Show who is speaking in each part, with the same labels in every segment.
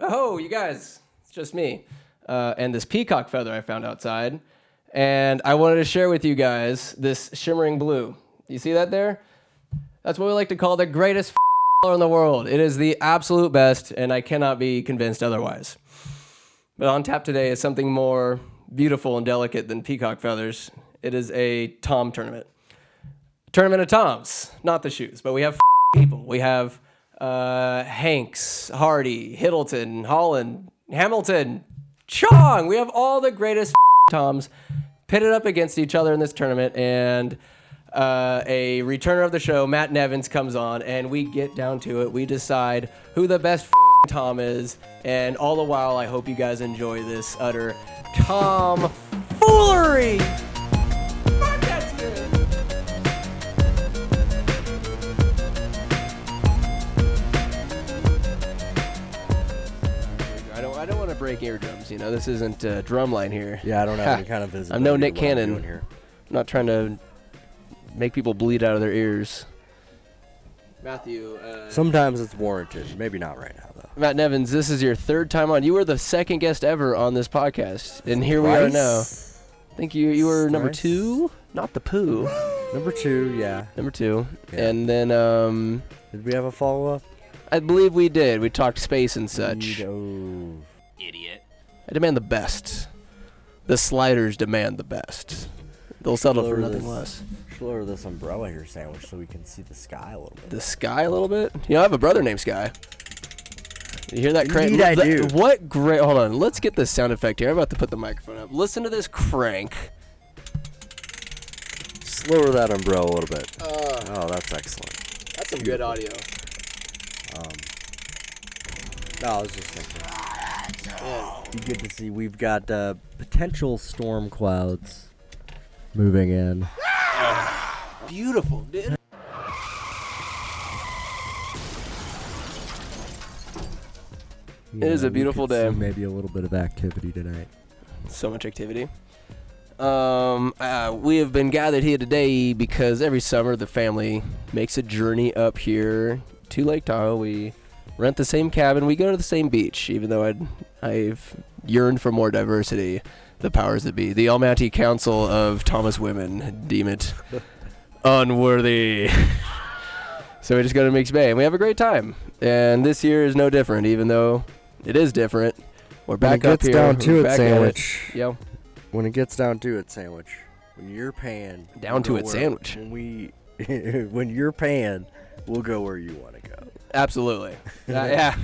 Speaker 1: oh, you guys, it's just me. Uh, and this peacock feather I found outside. And I wanted to share with you guys this shimmering blue. You see that there? That's what we like to call the greatest color in the world. It is the absolute best, and I cannot be convinced otherwise. But on tap today is something more beautiful and delicate than peacock feathers. It is a tom tournament. Tournament of toms, not the shoes, but we have people. We have uh, Hanks, Hardy, Hiddleton, Holland, Hamilton, Chong. We have all the greatest toms pitted up against each other in this tournament, and uh, a returner of the show, Matt Nevins, comes on, and we get down to it. We decide who the best tom is, and all the while, I hope you guys enjoy this utter tom foolery. Fuck, that's good. I don't. I don't want to break eardrums. You know, this isn't uh, drumline here.
Speaker 2: Yeah, I don't have any kind of visibility.
Speaker 1: I'm no Nick
Speaker 2: to what I'm
Speaker 1: Cannon.
Speaker 2: doing here.
Speaker 1: I'm not trying to make people bleed out of their ears. Matthew, uh,
Speaker 2: Sometimes it's warranted. Maybe not right now though.
Speaker 1: Matt Nevins, this is your third time on. You were the second guest ever on this podcast, and here we are now.
Speaker 2: Rice.
Speaker 1: I think you you were number
Speaker 2: Thrice.
Speaker 1: two, not the poo,
Speaker 2: Number two, yeah.
Speaker 1: number two,
Speaker 2: Yeah.
Speaker 1: and then um,
Speaker 2: Did we have a follow up?
Speaker 1: I believe we did. We talked space and such.
Speaker 2: No.
Speaker 3: Idiot.
Speaker 1: I demand the best. The sliders demand the best. They'll settle for
Speaker 2: Lower
Speaker 1: nothing
Speaker 2: this.
Speaker 1: less.
Speaker 2: Should Lower this umbrella here sandwich so we can see the sky a little bit.
Speaker 1: the sky a little bit. You know, I have a brother named Sky. You hear that crank?
Speaker 2: Indeed I
Speaker 1: Th-
Speaker 2: do.
Speaker 1: What great! Hold on, let's get this sound effect here. I'm about to put the microphone up. Listen to this crank.
Speaker 2: Just lower that umbrella a little bit. oh, that's excellent.
Speaker 1: That's some good audio.
Speaker 2: No, I was just thinking. Be good to see. We've got uh, potential storm clouds moving in.
Speaker 1: Beautiful, dude.
Speaker 2: You
Speaker 1: is a
Speaker 2: we could
Speaker 1: beautiful
Speaker 2: see
Speaker 1: day.
Speaker 2: Maybe a little bit of activity tonight.
Speaker 1: So much activity. Um, uh, we have been gathered here today because every summer the family makes a journey up here to Lake Tahoe. We rent the same cabin. We go to the same beach, even though I'd, I've yearned for more diversity. The powers that be, the Almighty Council of Thomas Women, deem it unworthy. so we just go to Mix Bay and we have a great time. And this year is no different, even though it is different. We're back
Speaker 2: when it
Speaker 1: up
Speaker 2: gets
Speaker 1: here.
Speaker 2: down
Speaker 1: we're
Speaker 2: to it,
Speaker 1: back at
Speaker 2: sandwich.
Speaker 1: Yo.
Speaker 2: When it gets down to it, sandwich. When you're paying,
Speaker 1: Down to
Speaker 2: we'll
Speaker 1: it,
Speaker 2: go where-
Speaker 1: sandwich.
Speaker 2: When we, when you're paying, we'll go where you want to go.
Speaker 1: Absolutely. yeah.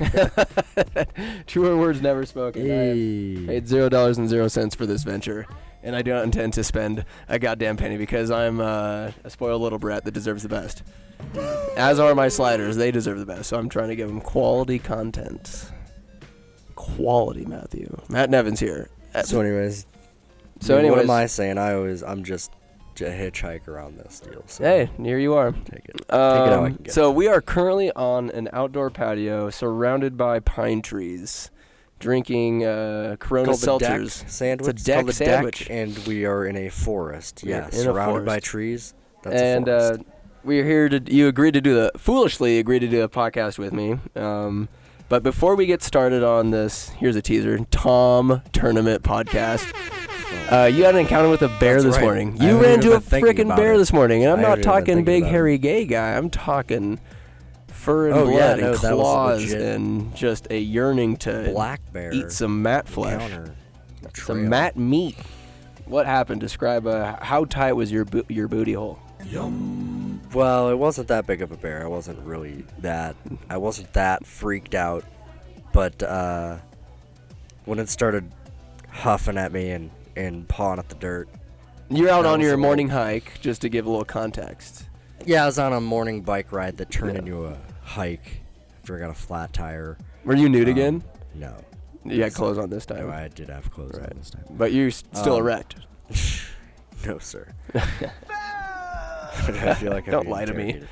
Speaker 1: Truer words never spoken. I have paid zero dollars and zero cents for this venture, and I do not intend to spend a goddamn penny because I'm uh, a spoiled little brat that deserves the best. As are my sliders; they deserve the best. So I'm trying to give them quality content. Quality, Matthew. Matt Nevins here. Uh,
Speaker 2: So, anyways.
Speaker 1: So,
Speaker 2: I mean, what
Speaker 1: anyways,
Speaker 2: am I saying? I always, I'm just a hitchhiker on this deal. So
Speaker 1: hey, here you are.
Speaker 2: take it. Take it how I
Speaker 1: Um,
Speaker 2: can get
Speaker 1: so we are currently on an outdoor patio surrounded by pine trees, drinking uh, Corona
Speaker 2: It's called the deck
Speaker 1: seltzers.
Speaker 2: sandwich.
Speaker 1: It's a deck
Speaker 2: called the
Speaker 1: sandwich.
Speaker 2: Deck, and we are in a forest.
Speaker 1: We are
Speaker 2: Yeah,
Speaker 1: in a
Speaker 2: surrounded by
Speaker 1: forest.
Speaker 2: trees. That's
Speaker 1: and
Speaker 2: a
Speaker 1: uh,
Speaker 2: forest.
Speaker 1: we're here to. You agreed to do the foolishly agreed to do a podcast with me. Um, but before we get started on this, here's a teaser: Tom Tournament Podcast. Uh, you had an encounter with a bear
Speaker 2: That's
Speaker 1: this
Speaker 2: right.
Speaker 1: morning.
Speaker 2: I
Speaker 1: You
Speaker 2: haven't
Speaker 1: ran
Speaker 2: even
Speaker 1: into a
Speaker 2: been thinking
Speaker 1: freaking
Speaker 2: about
Speaker 1: bear
Speaker 2: it.
Speaker 1: this morning, and I'm
Speaker 2: I
Speaker 1: not
Speaker 2: haven't even been
Speaker 1: talking
Speaker 2: thinking
Speaker 1: big
Speaker 2: about it.
Speaker 1: hairy gay guy. I'm talking fur and
Speaker 2: Oh, yeah,
Speaker 1: blood
Speaker 2: no,
Speaker 1: and
Speaker 2: that was
Speaker 1: claws
Speaker 2: legit.
Speaker 1: and just a yearning to
Speaker 2: black bear.
Speaker 1: eat some mat flesh,
Speaker 2: Counter. trail.
Speaker 1: some mat meat. What happened? Describe uh, how tight was your bo- your booty hole?
Speaker 2: Well, it wasn't that big of a bear. I wasn't really that. I wasn't that freaked out. But uh, when it started huffing at me and and pawing at the dirt,
Speaker 1: You're out
Speaker 2: That
Speaker 1: on
Speaker 2: was
Speaker 1: your
Speaker 2: a
Speaker 1: morning hike, just to give a little context.
Speaker 2: yeah, I was on a morning bike ride that turned into a hike after I got a flat tire.
Speaker 1: Were you nude again?
Speaker 2: No,
Speaker 1: You had clothes on this time,
Speaker 2: no, I did have clothes
Speaker 1: Right.
Speaker 2: on this time.
Speaker 1: but you're s- still
Speaker 2: Um,
Speaker 1: erect.
Speaker 2: No, sir. I feel like I'm
Speaker 1: Don't
Speaker 2: being
Speaker 1: lie to me.
Speaker 2: interrogated.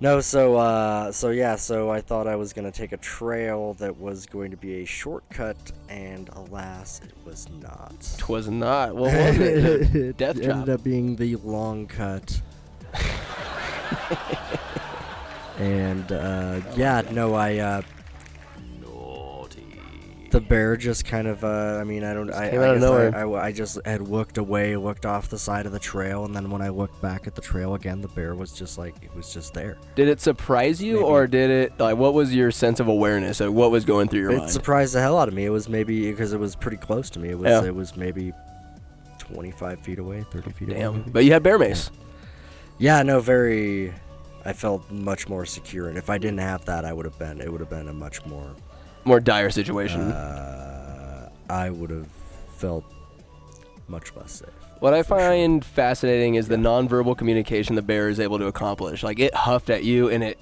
Speaker 2: No, so uh, so yeah, so I thought I was gonna take a trail that was going to be a shortcut, and alas, it was not.
Speaker 1: Twas not. What was it? Death
Speaker 2: ended
Speaker 1: chop.
Speaker 2: up being the long cut. and uh, yeah, no, I uh,
Speaker 3: Naughty.
Speaker 2: the bear just kind of uh, I mean I don't I,
Speaker 1: came
Speaker 2: I
Speaker 1: out of
Speaker 2: guess I-
Speaker 1: nowhere.
Speaker 2: I w- I just had looked away looked off the side of the trail and then when I looked back at the trail again the bear was just like it was just there
Speaker 1: Did it surprise you,
Speaker 2: Maybe.
Speaker 1: or did it like what was your sense of awareness? Like, what was going through your
Speaker 2: it
Speaker 1: mind?
Speaker 2: surprised the hell out of me it was maybe because it was pretty close to me it was
Speaker 1: Yeah.
Speaker 2: it was maybe 25 feet away 30 feet away
Speaker 1: Damn!
Speaker 2: maybe.
Speaker 1: But you had bear mace.
Speaker 2: yeah no very I felt much more secure and if I didn't have that I would have been it would have been a much more
Speaker 1: More dire situation.
Speaker 2: uh, I would have felt much less safe
Speaker 1: What I find fascinating is the nonverbal communication the bear is able to accomplish. Like it huffed at you and it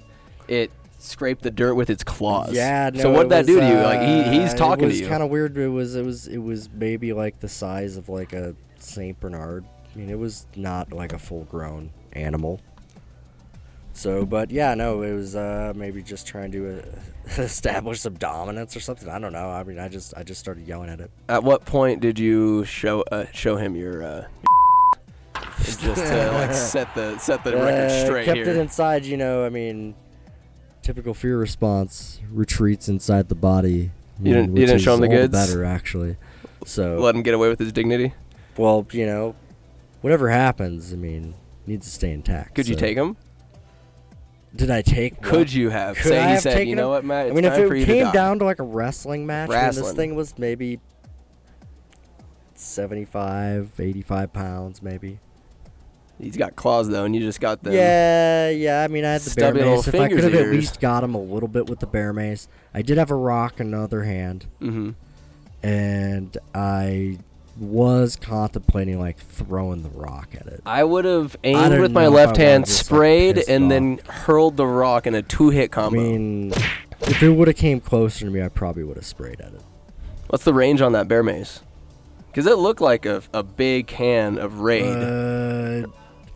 Speaker 1: it scraped the dirt with its claws.
Speaker 2: Yeah. No,
Speaker 1: Uh, so
Speaker 2: it
Speaker 1: what'd that
Speaker 2: was,
Speaker 1: do to you? Like
Speaker 2: uh,
Speaker 1: he, he's talking
Speaker 2: it was
Speaker 1: to you.
Speaker 2: Kind of weird. It was. It was. It was maybe like the size of like a Saint Bernard. I mean, it was not like a full-grown animal. So, but yeah, no, it was uh, maybe just trying to uh, establish some dominance or something. I don't know. I mean, I just I just started yelling at it.
Speaker 1: at what point did you show uh, show him your? Uh, just to like set the set the record
Speaker 2: Uh,
Speaker 1: straight
Speaker 2: kept
Speaker 1: here.
Speaker 2: it inside, you know. I mean, typical fear response retreats inside the body.
Speaker 1: You didn't- you
Speaker 2: which
Speaker 1: didn't
Speaker 2: is
Speaker 1: show 'em the
Speaker 2: all
Speaker 1: goods?
Speaker 2: Better actually. So
Speaker 1: Let him get away with his dignity.
Speaker 2: well, you know, whatever happens, I mean, needs to stay intact.
Speaker 1: Could you
Speaker 2: so-
Speaker 1: take him?
Speaker 2: Did I take? one?
Speaker 1: Could you have?
Speaker 2: Could
Speaker 1: Say
Speaker 2: I
Speaker 1: he
Speaker 2: have
Speaker 1: said,
Speaker 2: taken
Speaker 1: you know
Speaker 2: him?
Speaker 1: what, Matt? It's
Speaker 2: I mean,
Speaker 1: time
Speaker 2: if
Speaker 1: for you
Speaker 2: it
Speaker 1: to
Speaker 2: came
Speaker 1: die.
Speaker 2: down to like a wrestling match, and
Speaker 1: Wrestling.
Speaker 2: this thing was maybe 75, 85 pounds, maybe.
Speaker 1: He's got claws though, and you just got them.
Speaker 2: Yeah, yeah. I mean, I had the bear
Speaker 1: Stubby little
Speaker 2: mace. If I
Speaker 1: fingers
Speaker 2: could have
Speaker 1: of
Speaker 2: at
Speaker 1: yours.
Speaker 2: least got him a little bit with the bear mace, I did have a rock in the other hand,
Speaker 1: Mm-hmm.
Speaker 2: and I was contemplating like throwing the rock at it.
Speaker 1: I would have aimed
Speaker 2: don't
Speaker 1: with my
Speaker 2: know if I
Speaker 1: left
Speaker 2: would've
Speaker 1: hand,
Speaker 2: just, like,
Speaker 1: sprayed,
Speaker 2: pissed
Speaker 1: and
Speaker 2: off.
Speaker 1: then hurled the rock in a two-hit
Speaker 2: I
Speaker 1: combo.
Speaker 2: mean, if it would have came closer to me, I probably would have sprayed at it.
Speaker 1: What's the range on that bear mace? Because it looked like a, a big can of raid.
Speaker 2: Uh,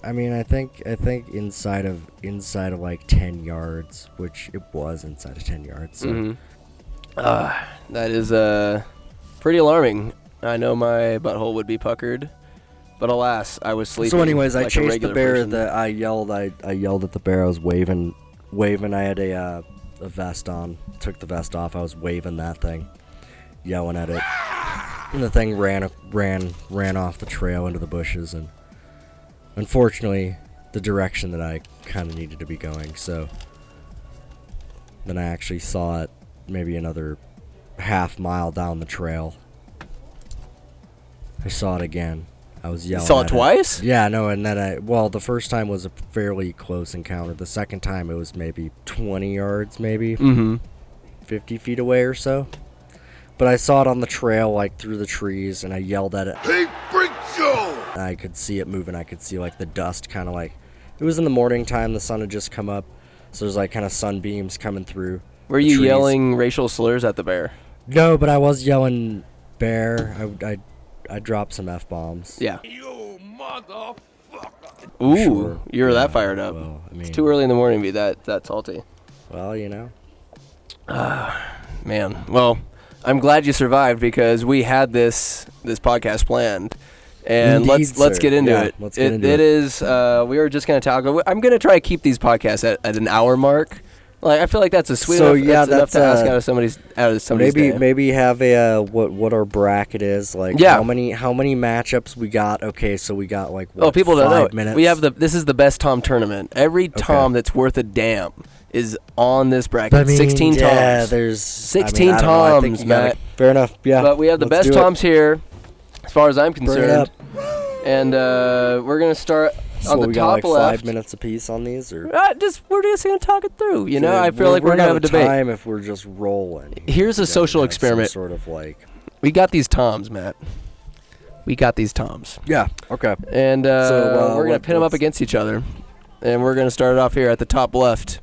Speaker 2: I mean, I think I think inside of inside of like ten yards, which it was inside of ten yards. So.
Speaker 1: Mhm. Ah, that is uh, pretty alarming. I know my butthole would be puckered, but alas, I was sleeping.
Speaker 2: So, anyways, I
Speaker 1: like a
Speaker 2: chased the
Speaker 1: regular
Speaker 2: bear.
Speaker 1: person.
Speaker 2: That I yelled. I, I yelled at the bear. I was waving, waving. I had a uh, a vest on. Took the vest off. I was waving that thing, yelling at it. And the thing ran ran ran off the trail into the bushes, and unfortunately, the direction that I kind of needed to be going. So then I actually saw it maybe another half mile down the trail. I saw it again. I was
Speaker 1: You
Speaker 2: yelling.
Speaker 1: saw
Speaker 2: at
Speaker 1: it twice.
Speaker 2: yeah, no, and then I well, the first time was a fairly close encounter. The second time it was maybe 20 yards, maybe
Speaker 1: Mm-hmm.
Speaker 2: 50 feet away or so. But I saw it on the trail, like through the trees, and I yelled at it.
Speaker 3: Hey, freak show!
Speaker 2: And I could see it moving. I could see like the dust, kind of like it was in the morning time. The sun had just come up, so there's like kind of sunbeams coming through.
Speaker 1: Were
Speaker 2: the
Speaker 1: you
Speaker 2: trees.
Speaker 1: yelling racial slurs at the bear?
Speaker 2: No, but I was yelling bear. I I, I dropped some f bombs.
Speaker 1: Yeah.
Speaker 3: You motherfucker!
Speaker 1: Ooh,
Speaker 2: Sure.
Speaker 1: you were that fired up.
Speaker 2: Well, I mean,
Speaker 1: It's too early in the morning to be that that salty.
Speaker 2: Well, you know.
Speaker 1: Man, well, I'm glad you survived because we had this this podcast planned, and
Speaker 2: Indeed,
Speaker 1: let's let's
Speaker 2: sir.
Speaker 1: get into
Speaker 2: Yeah,
Speaker 1: it.
Speaker 2: let's get into
Speaker 1: it
Speaker 2: it.
Speaker 1: is. Uh, we were just gonna tackle. I'm gonna try to keep these podcasts at, at an hour mark. Like I feel like that's a sweet.
Speaker 2: So,
Speaker 1: enough,
Speaker 2: yeah,
Speaker 1: that's enough
Speaker 2: that's,
Speaker 1: to ask
Speaker 2: uh,
Speaker 1: out of somebody's out of somebody's
Speaker 2: maybe
Speaker 1: day.
Speaker 2: maybe have a uh, what what our bracket is like
Speaker 1: Yeah.
Speaker 2: how many how many matchups we got okay so we got like what,
Speaker 1: Oh, people
Speaker 2: five
Speaker 1: don't know.
Speaker 2: minutes
Speaker 1: We have the this is the best Tom tournament. Every Tom that's worth a damn is on this bracket.
Speaker 2: I mean,
Speaker 1: 16 Toms.
Speaker 2: yeah there's
Speaker 1: 16
Speaker 2: I mean, I don't know, I think
Speaker 1: Toms,
Speaker 2: you gotta-
Speaker 1: Matt.
Speaker 2: fair enough yeah
Speaker 1: But we have the
Speaker 2: let's
Speaker 1: best
Speaker 2: do it.
Speaker 1: Toms here, as far as I'm
Speaker 2: Bring it
Speaker 1: concerned.
Speaker 2: up.
Speaker 1: And uh, we're gonna start
Speaker 2: So
Speaker 1: on the
Speaker 2: we got
Speaker 1: top
Speaker 2: like
Speaker 1: left.
Speaker 2: five minutes apiece on these or
Speaker 1: Uh, just we're just gonna talk it through. You know,
Speaker 2: Yeah,
Speaker 1: I feel like we're, gonna
Speaker 2: out
Speaker 1: have a
Speaker 2: of
Speaker 1: debate.
Speaker 2: time if we're just rolling
Speaker 1: Here's a
Speaker 2: We gotta
Speaker 1: social
Speaker 2: have some
Speaker 1: experiment.
Speaker 2: sort of like
Speaker 1: We got these toms, Matt. We got these toms,
Speaker 2: yeah okay
Speaker 1: and uh,
Speaker 2: So, uh,
Speaker 1: we're gonna
Speaker 2: what-
Speaker 1: pin them up
Speaker 2: what's-
Speaker 1: against each other, and we're gonna start it off here at the top left.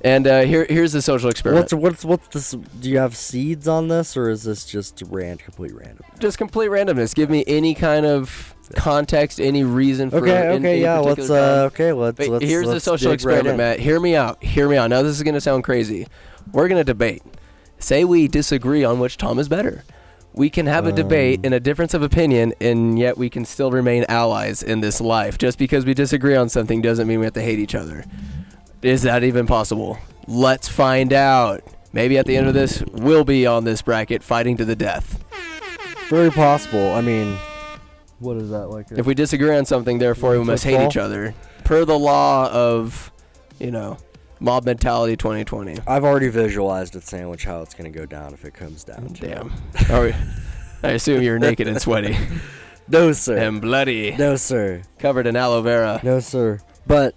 Speaker 1: And uh, here, here's the social experiment.
Speaker 2: what's what's what's this do you have seeds on this or is this just rand complete random
Speaker 1: just complete randomness. Give me any kind of context, any reason for
Speaker 2: okay
Speaker 1: an-
Speaker 2: okay
Speaker 1: any
Speaker 2: yeah
Speaker 1: particular
Speaker 2: let's
Speaker 1: time.
Speaker 2: uh okay let's
Speaker 1: Wait,
Speaker 2: let's
Speaker 1: here's the
Speaker 2: let's
Speaker 1: social
Speaker 2: dig right
Speaker 1: experiment,
Speaker 2: in.
Speaker 1: Matt. Hear me out. Hear me out. Now this is gonna sound crazy. We're gonna debate. Say we disagree on which Tom is better. We can have a
Speaker 2: Um.
Speaker 1: debate and a difference of opinion, and yet we can still remain allies in this life. Just because we disagree on something doesn't mean we have to hate each other. Is that even possible? Let's find out. Maybe at the end of this, we'll be on this bracket fighting to the death.
Speaker 2: Very possible. I mean, what is that like?
Speaker 1: If we disagree on something, therefore we must hate
Speaker 2: Football?
Speaker 1: each other, per the law of, you know, mob mentality 2020.
Speaker 2: I've already visualized with sandwich how it's gonna go down if it comes down. to it.
Speaker 1: Damn. Are we, I assume you're naked and sweaty
Speaker 2: No sir.
Speaker 1: and bloody,
Speaker 2: No sir.
Speaker 1: covered in aloe vera.
Speaker 2: No sir. But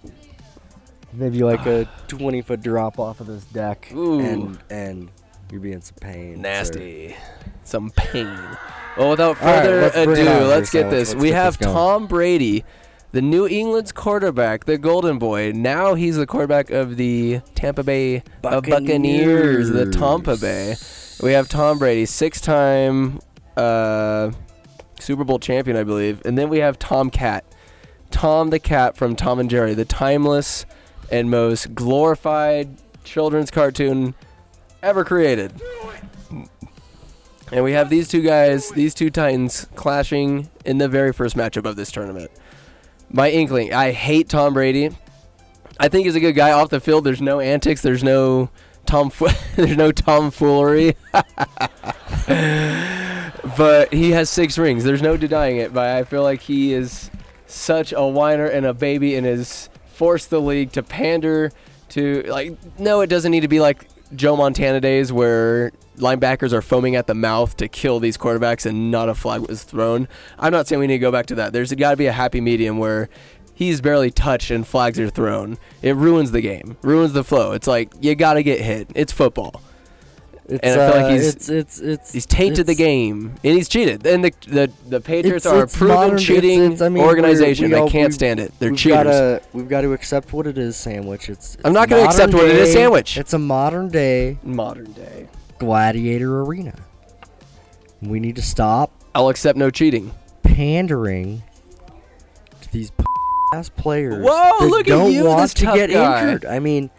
Speaker 2: maybe like a 20 foot drop off of this deck,
Speaker 1: Ooh.
Speaker 2: and and you're being some pain. sir.
Speaker 1: Nasty. Some pain. Well, without
Speaker 2: All right,
Speaker 1: further
Speaker 2: let's bring it
Speaker 1: ado,
Speaker 2: on here,
Speaker 1: let's get
Speaker 2: Sandwich.
Speaker 1: this.
Speaker 2: Let's
Speaker 1: we
Speaker 2: get
Speaker 1: have
Speaker 2: this going.
Speaker 1: Tom Brady, the New England's quarterback, the Golden Boy. Now he's the quarterback of the Tampa Bay Buccaneers, Buccaneers the Tampa Bay. We have Tom Brady, six-time uh, Super Bowl champion, I believe, and then we have Tom Cat, Tom the Cat from Tom and Jerry, the timeless and most glorified children's cartoon ever created. And we have these two guys, these two titans, clashing in the very first matchup of this tournament. My inkling, I hate Tom Brady. I think he's a good guy off the field. There's no antics. There's no tom. there's no tomfoolery. but he has six rings. There's no denying it. But I feel like he is such a whiner and a baby, and has forced the league to pander to like. No, it doesn't need to be like Joe Montana days where linebackers are foaming at the mouth to kill these quarterbacks and not a flag was thrown. I'm not saying we need to go back to that. There's got to be a happy medium where he's barely touched and flags are thrown. It ruins the game, ruins the flow. It's like you got to get hit. It's football.
Speaker 2: It's,
Speaker 1: And I feel like
Speaker 2: uh,
Speaker 1: he's-
Speaker 2: it's, it's, it's,
Speaker 1: He's tainted the
Speaker 2: it's-
Speaker 1: game, and he's cheated. And the the, the Patriots
Speaker 2: It's-
Speaker 1: are
Speaker 2: it's
Speaker 1: a proven
Speaker 2: modern- it's-
Speaker 1: cheating
Speaker 2: it's- I mean, we're-
Speaker 1: organization.
Speaker 2: we all-
Speaker 1: I can't
Speaker 2: we-
Speaker 1: stand it. They're
Speaker 2: we've
Speaker 1: cheaters.
Speaker 2: Gotta, we've got to accept what it is, sandwich. It's.
Speaker 1: I'm
Speaker 2: it's
Speaker 1: not gonna accept
Speaker 2: modern
Speaker 1: what it is,
Speaker 2: day-
Speaker 1: sandwich.
Speaker 2: It's a modern day
Speaker 1: Modern day.
Speaker 2: gladiator arena. We need to stop
Speaker 1: I'll accept no cheating.
Speaker 2: pandering to these p- ass players
Speaker 1: Whoa,
Speaker 2: that
Speaker 1: Oh, look at
Speaker 2: don't
Speaker 1: you,
Speaker 2: want
Speaker 1: this
Speaker 2: to
Speaker 1: tough
Speaker 2: get
Speaker 1: guy.
Speaker 2: injured. I mean,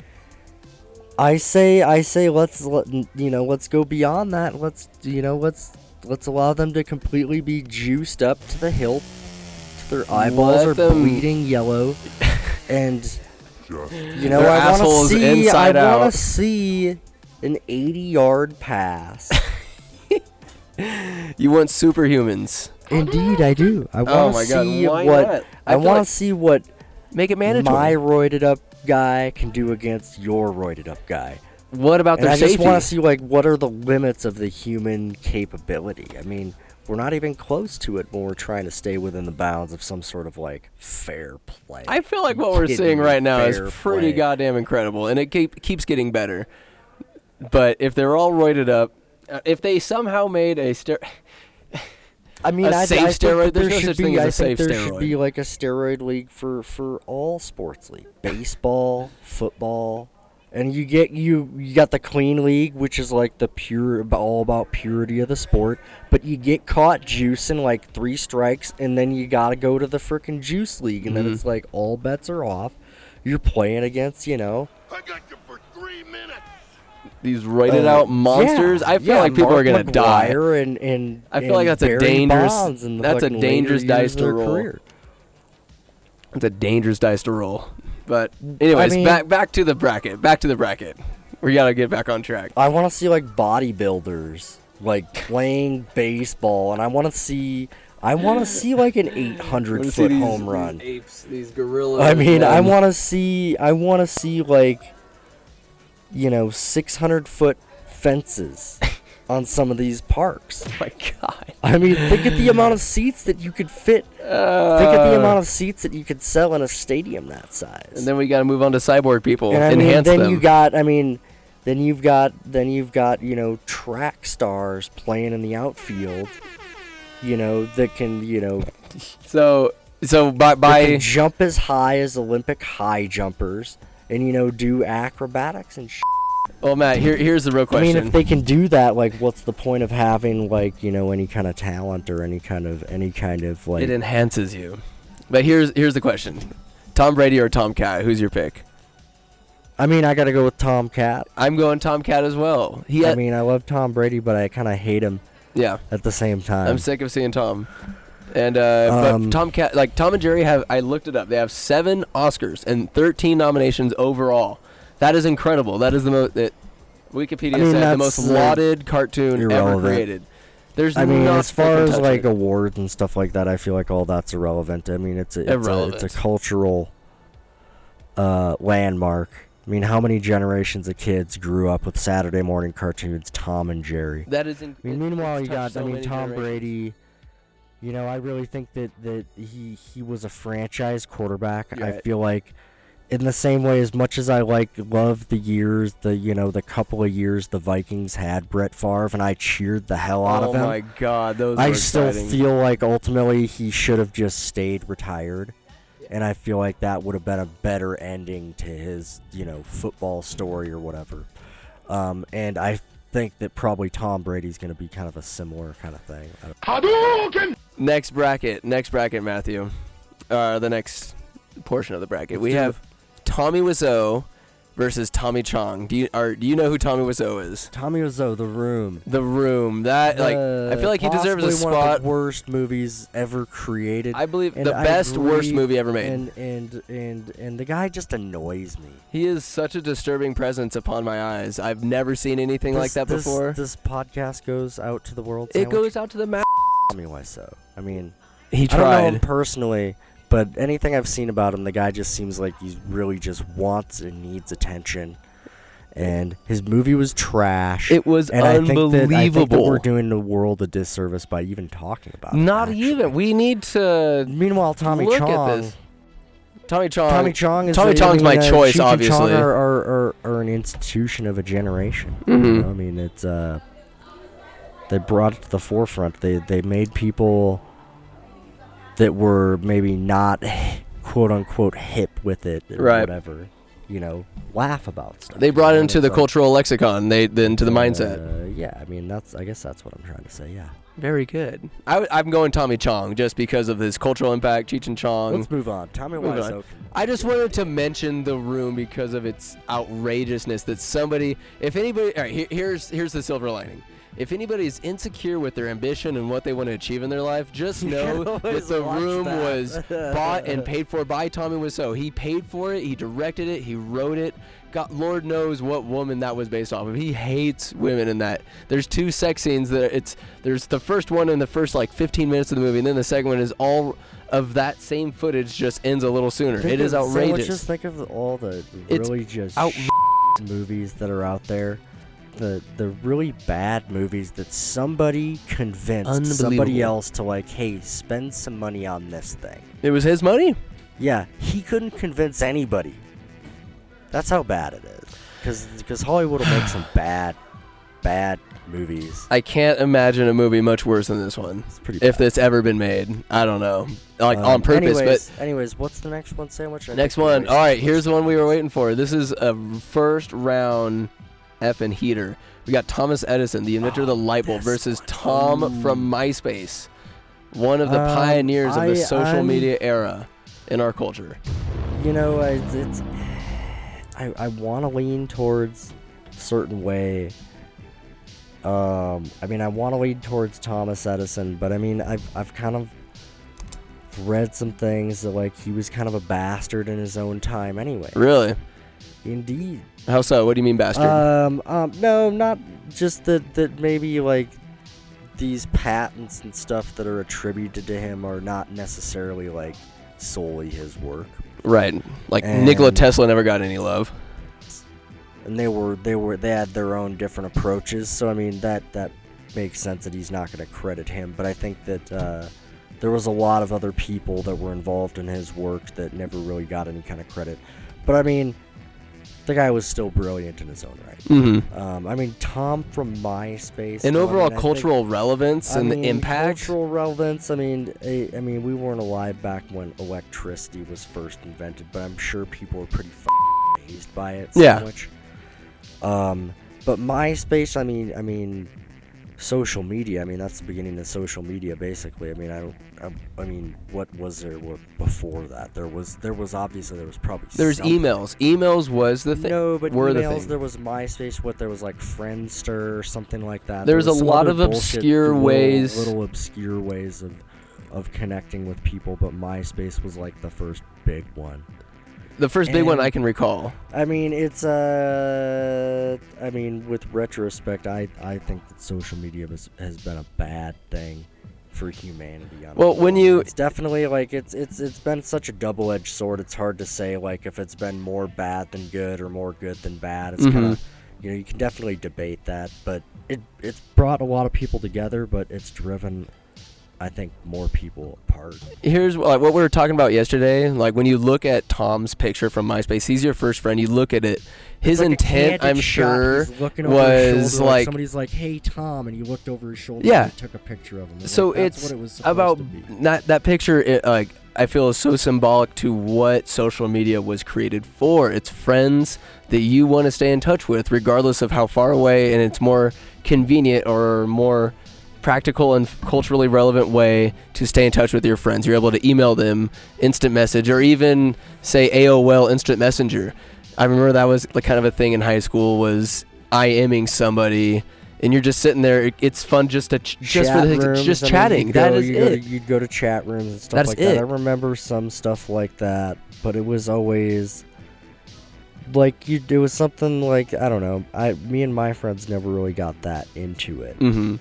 Speaker 2: I say, I say, let's let, you know, let's go beyond that. Let's you know, let's let's allow them to completely be juiced up to the hilt. Their eyeballs
Speaker 1: Let
Speaker 2: are
Speaker 1: them-
Speaker 2: bleeding yellow, and you know,
Speaker 1: Their
Speaker 2: I want
Speaker 1: assholes
Speaker 2: to see, I
Speaker 1: inside
Speaker 2: want
Speaker 1: out.
Speaker 2: to see an 80-yard pass.
Speaker 1: You want superhumans?
Speaker 2: Indeed, I do. I want to
Speaker 1: Oh my God,
Speaker 2: see
Speaker 1: why
Speaker 2: what
Speaker 1: not? I
Speaker 2: I,
Speaker 1: feel
Speaker 2: want to
Speaker 1: like-
Speaker 2: see what
Speaker 1: Make it mandatory.
Speaker 2: my roided up guy can do against your roided up guy.
Speaker 1: what about
Speaker 2: And
Speaker 1: their
Speaker 2: I just
Speaker 1: safety?
Speaker 2: want to see like what are the limits of the human capability. I mean, we're not even close to it when we're trying to stay within the bounds of some sort of like fair play.
Speaker 1: I feel like what we're
Speaker 2: Kidding
Speaker 1: seeing
Speaker 2: me,
Speaker 1: right now is
Speaker 2: fair
Speaker 1: pretty
Speaker 2: play.
Speaker 1: goddamn incredible, and it keep, keeps getting better. But if they're all roided up, uh, if they somehow made a ster-
Speaker 2: I mean,
Speaker 1: a
Speaker 2: I, I
Speaker 1: safe
Speaker 2: think that
Speaker 1: steroid- there's
Speaker 2: there
Speaker 1: no
Speaker 2: should
Speaker 1: such
Speaker 2: be,
Speaker 1: thing as
Speaker 2: I
Speaker 1: a
Speaker 2: think
Speaker 1: safe
Speaker 2: there should be
Speaker 1: steroid.
Speaker 2: like a steroid league for for all sports league, baseball, football, and you get you you got the clean league, which is like the pure all about purity of the sport. But you get caught juicing like three strikes, and then you gotta go to the freaking juice league, and
Speaker 1: Mm-hmm.
Speaker 2: then it's like all bets are off. You're playing against you know
Speaker 3: I got you for three minutes.
Speaker 1: these roided
Speaker 2: uh,
Speaker 1: out monsters,
Speaker 2: yeah,
Speaker 1: I feel
Speaker 2: yeah,
Speaker 1: like people
Speaker 2: Mark
Speaker 1: are gonna die.
Speaker 2: McGwire And, and
Speaker 1: I feel
Speaker 2: and
Speaker 1: like that's a
Speaker 2: Barry
Speaker 1: dangerous-
Speaker 2: Bonds in the
Speaker 1: that's a
Speaker 2: fucking later
Speaker 1: dangerous
Speaker 2: years
Speaker 1: dice
Speaker 2: of
Speaker 1: to
Speaker 2: their
Speaker 1: roll.
Speaker 2: career.
Speaker 1: It's a dangerous dice to roll. But anyways,
Speaker 2: mean-
Speaker 1: back back to the bracket. Back to the bracket. We gotta get back on track.
Speaker 2: I want to see like bodybuilders like playing baseball, and I want to see I want to see like an 800 foot home run.
Speaker 1: apes, these gorillas.
Speaker 2: I mean, I want to see I want to see like you know 600 foot fences on some of these parks.
Speaker 1: Oh my god.
Speaker 2: I mean, think of the amount of seats that you could fit.
Speaker 1: Uh,
Speaker 2: think of the amount of seats that you could sell in a stadium that size.
Speaker 1: And then we gotta move on to cyborg people.
Speaker 2: And I mean,
Speaker 1: Enhance
Speaker 2: then
Speaker 1: them.
Speaker 2: you got, I mean, then you've got, then you've got, you know, track stars playing in the outfield. You know that can, you know, that
Speaker 1: so so by by
Speaker 2: can jump as high as Olympic high jumpers, and you know, do acrobatics and. Sh-
Speaker 1: well oh, Matt, here here's the real
Speaker 2: I
Speaker 1: question.
Speaker 2: mean, if they can do that, like, what's the point of having like, you know, any kind of talent or any kind of any kind of like?
Speaker 1: it enhances you. But here's here's the question. Tom Brady or Tom Cat, who's your pick?
Speaker 2: I mean, I gotta go with Tom Cat.
Speaker 1: I'm going Tom Cat as well. He had,
Speaker 2: I mean, I love Tom Brady, but I kind of hate him
Speaker 1: yeah.
Speaker 2: at the same time.
Speaker 1: I'm sick of seeing Tom. And uh,
Speaker 2: Um,
Speaker 1: but Tom Cat like Tom and Jerry have I looked it up. They have seven Oscars and 13 nominations overall. That is incredible. That is the most. It, Wikipedia
Speaker 2: I mean,
Speaker 1: said the
Speaker 2: that's
Speaker 1: most
Speaker 2: the-
Speaker 1: lauded cartoon ever
Speaker 2: irrelevant.
Speaker 1: created. There's
Speaker 2: I mean,
Speaker 1: not
Speaker 2: as far
Speaker 1: freaking
Speaker 2: as
Speaker 1: touching
Speaker 2: like
Speaker 1: it.
Speaker 2: awards and stuff like that, I feel like all that's irrelevant. I mean, it's a, it's, A,
Speaker 1: Irrelevant.
Speaker 2: it's a cultural uh, landmark. I mean, how many generations of kids grew up with Saturday morning cartoons Tom and Jerry?
Speaker 1: that is. In-
Speaker 2: I mean,
Speaker 1: it-
Speaker 2: meanwhile,
Speaker 1: it's
Speaker 2: you
Speaker 1: touched
Speaker 2: got I
Speaker 1: so
Speaker 2: mean
Speaker 1: many
Speaker 2: Tom
Speaker 1: generations.
Speaker 2: Brady. You know, I really think that that he he was a franchise quarterback.
Speaker 1: You're
Speaker 2: I
Speaker 1: right.
Speaker 2: feel like in the same way as much as I like love the years, the you know, the couple of years the Vikings had Brett Favre and I cheered the hell out
Speaker 1: oh
Speaker 2: of him.
Speaker 1: my God, those.
Speaker 2: I
Speaker 1: were
Speaker 2: still
Speaker 1: exciting.
Speaker 2: feel like ultimately he should have just stayed retired. And I feel like that would have been a better ending to his, you know, football story or whatever. Um, and I think that probably Tom Brady's going to be kind of a similar kind of thing. I don't-
Speaker 3: Hadouken!
Speaker 1: Next bracket, next bracket, Matthew. Uh, the next portion of the bracket, we
Speaker 2: do
Speaker 1: have Tommy Wiseau versus Tommy Chong. Do you are do you know who Tommy Wiseau is?
Speaker 2: Tommy Wiseau, The Room.
Speaker 1: The Room. That like I feel like he
Speaker 2: Uh,
Speaker 1: deserves a
Speaker 2: possibly One
Speaker 1: spot.
Speaker 2: of the worst movies ever created.
Speaker 1: I believe
Speaker 2: And
Speaker 1: the
Speaker 2: I
Speaker 1: best worst
Speaker 2: agree,
Speaker 1: movie ever made.
Speaker 2: And and and and the guy just annoys me.
Speaker 1: he is such a disturbing presence upon my eyes. I've never seen anything like
Speaker 2: This-
Speaker 1: that
Speaker 2: this-
Speaker 1: before.
Speaker 2: This podcast goes out to the world.
Speaker 1: it
Speaker 2: sandwich.
Speaker 1: goes out to the map.
Speaker 2: Tommy Wiseau. I mean,
Speaker 1: He
Speaker 2: I don't know him
Speaker 1: tried.
Speaker 2: personally, but anything I've seen about him, the guy just seems like he really just wants and needs attention. And his movie was trash.
Speaker 1: It was
Speaker 2: and I think that, I think that
Speaker 1: unbelievable.
Speaker 2: we're doing the world a disservice by even talking about it.
Speaker 1: Not
Speaker 2: actually.
Speaker 1: even. We need to
Speaker 2: Meanwhile, Tommy
Speaker 1: look
Speaker 2: Chong.
Speaker 1: at this. Tommy Chong.
Speaker 2: Tommy Chong is
Speaker 1: Tommy
Speaker 2: I
Speaker 1: Chong's my
Speaker 2: mean, uh,
Speaker 1: choice,
Speaker 2: Cheech and
Speaker 1: obviously.
Speaker 2: Chong are, are, are, are an institution of a generation.
Speaker 1: Mm-hmm.
Speaker 2: You know, I mean, it's uh, they brought it to the forefront. They they made people that were maybe not quote unquote hip with it or
Speaker 1: Right.
Speaker 2: whatever, you know, laugh about stuff.
Speaker 1: They
Speaker 2: you
Speaker 1: brought
Speaker 2: know,
Speaker 1: it into
Speaker 2: it's
Speaker 1: the
Speaker 2: like,
Speaker 1: cultural lexicon. They then to the mindset.
Speaker 2: uh, yeah, I mean that's I guess that's what I'm trying to say. Yeah.
Speaker 1: Very good. I, am going Tommy Chong just because of his cultural impact. Cheech and Chong.
Speaker 2: Let's move on. Tommy
Speaker 1: Um, Move on.
Speaker 2: Wiseau.
Speaker 1: I just wanted to mention the room because of its outrageousness. That somebody, if anybody, all right, here, here's here's the silver lining. If anybody is insecure with their ambition and what they want to achieve in their life, just know that
Speaker 2: always
Speaker 1: the
Speaker 2: watch
Speaker 1: room
Speaker 2: that.
Speaker 1: was bought and paid for by Tommy Wiseau. He paid for it. He directed it. He wrote it. God, Lord knows what woman that was based off of. He hates women in that. There's two sex scenes that it's there's the first one in the first like 15 minutes of the movie, and then the second one is all of that same footage just ends a little sooner.
Speaker 2: Think
Speaker 1: it is
Speaker 2: of- so let's
Speaker 1: outrageous.
Speaker 2: just think of all the
Speaker 1: It's
Speaker 2: really just
Speaker 1: out-
Speaker 2: sh- movies that are out there. The the really bad movies that somebody convinced somebody
Speaker 1: Unbelievable.
Speaker 2: else to like, hey, spend some money on this thing.
Speaker 1: it was his money.
Speaker 2: Yeah, he couldn't convince anybody. That's how bad it is. Because Hollywood will make some bad, bad movies.
Speaker 1: I can't imagine a movie much worse than this one.
Speaker 2: It's pretty.
Speaker 1: If
Speaker 2: bad.
Speaker 1: that's ever been made, I don't know, like
Speaker 2: Um,
Speaker 1: on purpose.
Speaker 2: Anyways, anyways, what's the next one sandwich? I
Speaker 1: but next
Speaker 2: think we
Speaker 1: one.
Speaker 2: wasted-
Speaker 1: All right, here's the one we were waiting for. This is a first round effing heater. We got Thomas Edison, the inventor of the light bulb,
Speaker 2: this
Speaker 1: versus Tom from MySpace, one of the
Speaker 2: Um,
Speaker 1: pioneers of
Speaker 2: I-
Speaker 1: the social
Speaker 2: I'm-
Speaker 1: media era in our culture.
Speaker 2: You know, I- it's, it's I, I want to lean towards a certain way. Um, I mean, I want to lean towards Thomas Edison, but I mean, I've I've kind of read some things that like he was kind of a bastard in his own time, anyway.
Speaker 1: Really?
Speaker 2: Indeed.
Speaker 1: How so? What do you mean, bastard?
Speaker 2: Um, um, no, not just that. That maybe like these patents and stuff that are attributed to him are not necessarily like solely his work,
Speaker 1: right. Like
Speaker 2: and-
Speaker 1: Nikola Tesla never got any love.
Speaker 2: and they were they were they had their own different approaches. So I mean that that makes sense that he's not going to credit him, but I think that uh, there was a lot of other people that were involved in his work that never really got any kind of credit. But I mean, the guy was still brilliant in his own right.
Speaker 1: Mm-hmm.
Speaker 2: Um, I mean, Tom from MySpace.
Speaker 1: And
Speaker 2: though, I
Speaker 1: overall
Speaker 2: mean, I think-
Speaker 1: cultural relevance
Speaker 2: I
Speaker 1: and
Speaker 2: mean,
Speaker 1: the impact.
Speaker 2: cultural relevance. I mean, I, I mean, we weren't alive back when electricity was first invented, but I'm sure people were pretty f- amazed by it.
Speaker 1: Yeah.
Speaker 2: Sandwich. Um, but MySpace. I mean, I mean, social media. I mean, that's the beginning of social media, basically. I mean, I don't. I, I mean, what was there wa- before that? There was. There was obviously there was probably.
Speaker 1: There's
Speaker 2: something.
Speaker 1: emails. Emails was the thing.
Speaker 2: No, but
Speaker 1: were the
Speaker 2: emails.
Speaker 1: thing.
Speaker 2: there was MySpace. What there was like Friendster or something like that.
Speaker 1: There's a
Speaker 2: some
Speaker 1: lot
Speaker 2: other
Speaker 1: of
Speaker 2: bullshit,
Speaker 1: obscure
Speaker 2: little-
Speaker 1: ways-
Speaker 2: Little obscure ways of of connecting with people, but MySpace was like the first big one.
Speaker 1: the first big one
Speaker 2: And-
Speaker 1: I can recall.
Speaker 2: I mean, it's uh, I mean, with retrospect, I I think that social media has, has been a bad thing for humanity. On
Speaker 1: Well, when
Speaker 2: whole.
Speaker 1: you-
Speaker 2: it's definitely like it's it's it's been such a double-edged sword. It's hard to say like if it's been more bad than good or more good than bad. It's kind
Speaker 1: Mhm.
Speaker 2: of you know you can definitely debate that, but it it's brought a lot of people together, but it's driven, I think, more people apart.
Speaker 1: here's like what we were talking about yesterday. Like when you look at Tom's picture from MySpace, he's your first friend. You look at it, his
Speaker 2: like a
Speaker 1: intent,
Speaker 2: candid
Speaker 1: I'm
Speaker 2: shot.
Speaker 1: sure,
Speaker 2: He's looking over his
Speaker 1: was
Speaker 2: shoulder,
Speaker 1: like.
Speaker 2: somebody's like, "Hey, Tom," and you looked over his shoulder.
Speaker 1: Yeah.
Speaker 2: and you took a picture of him. And,
Speaker 1: so
Speaker 2: like, that's
Speaker 1: it's
Speaker 2: what it was supposed
Speaker 1: about
Speaker 2: to be.
Speaker 1: not that picture. It, like I feel is so symbolic to what social media was created for. It's friends that you want to stay in touch with, regardless of how far away, and it's more convenient or more practical and culturally relevant way to stay in touch with your friends. You're able to email them, instant message, or even say AOL Instant Messenger. I remember that was the kind of a thing in high school was IMing somebody, and you're just sitting there. It- It's fun just to ch- just for
Speaker 2: Chat
Speaker 1: the
Speaker 2: rooms,
Speaker 1: just
Speaker 2: I mean,
Speaker 1: chatting.
Speaker 2: you'd
Speaker 1: that
Speaker 2: go-
Speaker 1: is
Speaker 2: you'd go to-
Speaker 1: it.
Speaker 2: you'd go to chat rooms and stuff
Speaker 1: That's
Speaker 2: like that.
Speaker 1: it.
Speaker 2: I remember some stuff like that, but it was always like you. It was something like I don't know. I, me and my friends never really got that into it.
Speaker 1: Mm-hmm.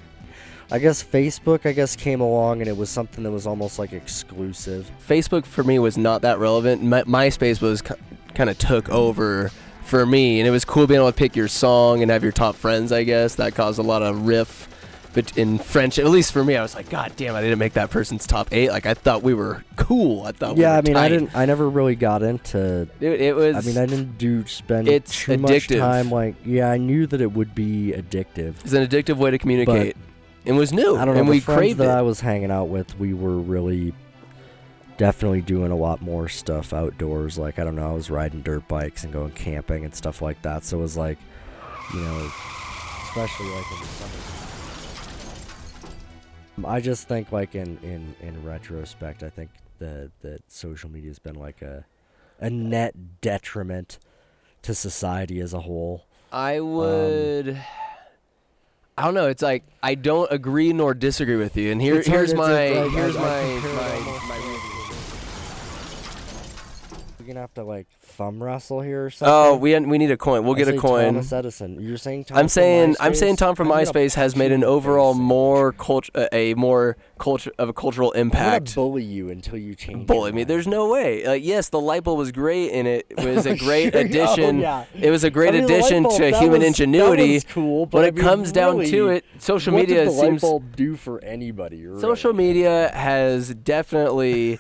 Speaker 2: I guess Facebook, I guess, came along and it was something that was almost like exclusive.
Speaker 1: Facebook for me was not that relevant. My, MySpace was kind of took over for me, and it was cool being able to pick your song and have your top friends. I guess that caused a lot of riff, but in friendship, at least for me, I was like, God damn, I didn't make that person's top eight. Like I thought we were cool. I thought we
Speaker 2: yeah,
Speaker 1: were
Speaker 2: I mean, I
Speaker 1: tight.
Speaker 2: didn't. I never really got into
Speaker 1: Dude, it was.
Speaker 2: I mean, I didn't do spend
Speaker 1: It's
Speaker 2: too much
Speaker 1: addictive.
Speaker 2: time. Like, yeah, I knew that it would be addictive.
Speaker 1: it's an addictive way to communicate. and was new,
Speaker 2: I don't know.
Speaker 1: and
Speaker 2: the
Speaker 1: we
Speaker 2: friends
Speaker 1: craved
Speaker 2: that
Speaker 1: it.
Speaker 2: I was hanging out with, we were really definitely doing a lot more stuff outdoors. Like, I don't know, I was riding dirt bikes and going camping and stuff like that. So it was like, you know, especially like in the summer. Um, I just think, like in in in retrospect, I think that that social media has been like a a net detriment to society as a whole.
Speaker 1: I
Speaker 2: um,
Speaker 1: would. I don't know. It's like I don't agree nor disagree with you. And here,
Speaker 2: It's hard-
Speaker 1: here's
Speaker 2: it's-
Speaker 1: my,
Speaker 2: it's like- I-
Speaker 1: here's
Speaker 2: I
Speaker 1: my,
Speaker 2: compare it
Speaker 1: my.
Speaker 2: almost to- We're gonna have to like thumb wrestle here or something.
Speaker 1: Oh, we we need a coin. We'll
Speaker 2: I
Speaker 1: get
Speaker 2: say
Speaker 1: a coin.
Speaker 2: Thomas Edison. You're saying Tom
Speaker 1: I'm saying I'm saying Tom from
Speaker 2: I'm gonna
Speaker 1: MySpace has
Speaker 2: punch
Speaker 1: made
Speaker 2: you in
Speaker 1: an
Speaker 2: the
Speaker 1: overall
Speaker 2: face.
Speaker 1: more culture a more culture of a cultural
Speaker 2: I'm gonna
Speaker 1: impact.
Speaker 2: bully you until you change.
Speaker 1: Bully
Speaker 2: your
Speaker 1: me.
Speaker 2: mind.
Speaker 1: There's no way. Like yes, the light bulb was great, and it was a great
Speaker 2: Sure, oh,
Speaker 1: addition.
Speaker 2: yeah.
Speaker 1: It was a great
Speaker 2: I mean, the light
Speaker 1: addition
Speaker 2: bulb,
Speaker 1: to
Speaker 2: that
Speaker 1: human
Speaker 2: was- that
Speaker 1: ingenuity.
Speaker 2: was cool, but
Speaker 1: when
Speaker 2: I
Speaker 1: it
Speaker 2: mean,
Speaker 1: comes down to
Speaker 2: really,
Speaker 1: it, social
Speaker 2: what did
Speaker 1: media
Speaker 2: the light
Speaker 1: seems
Speaker 2: bulb do for anybody. Really?
Speaker 1: social media has definitely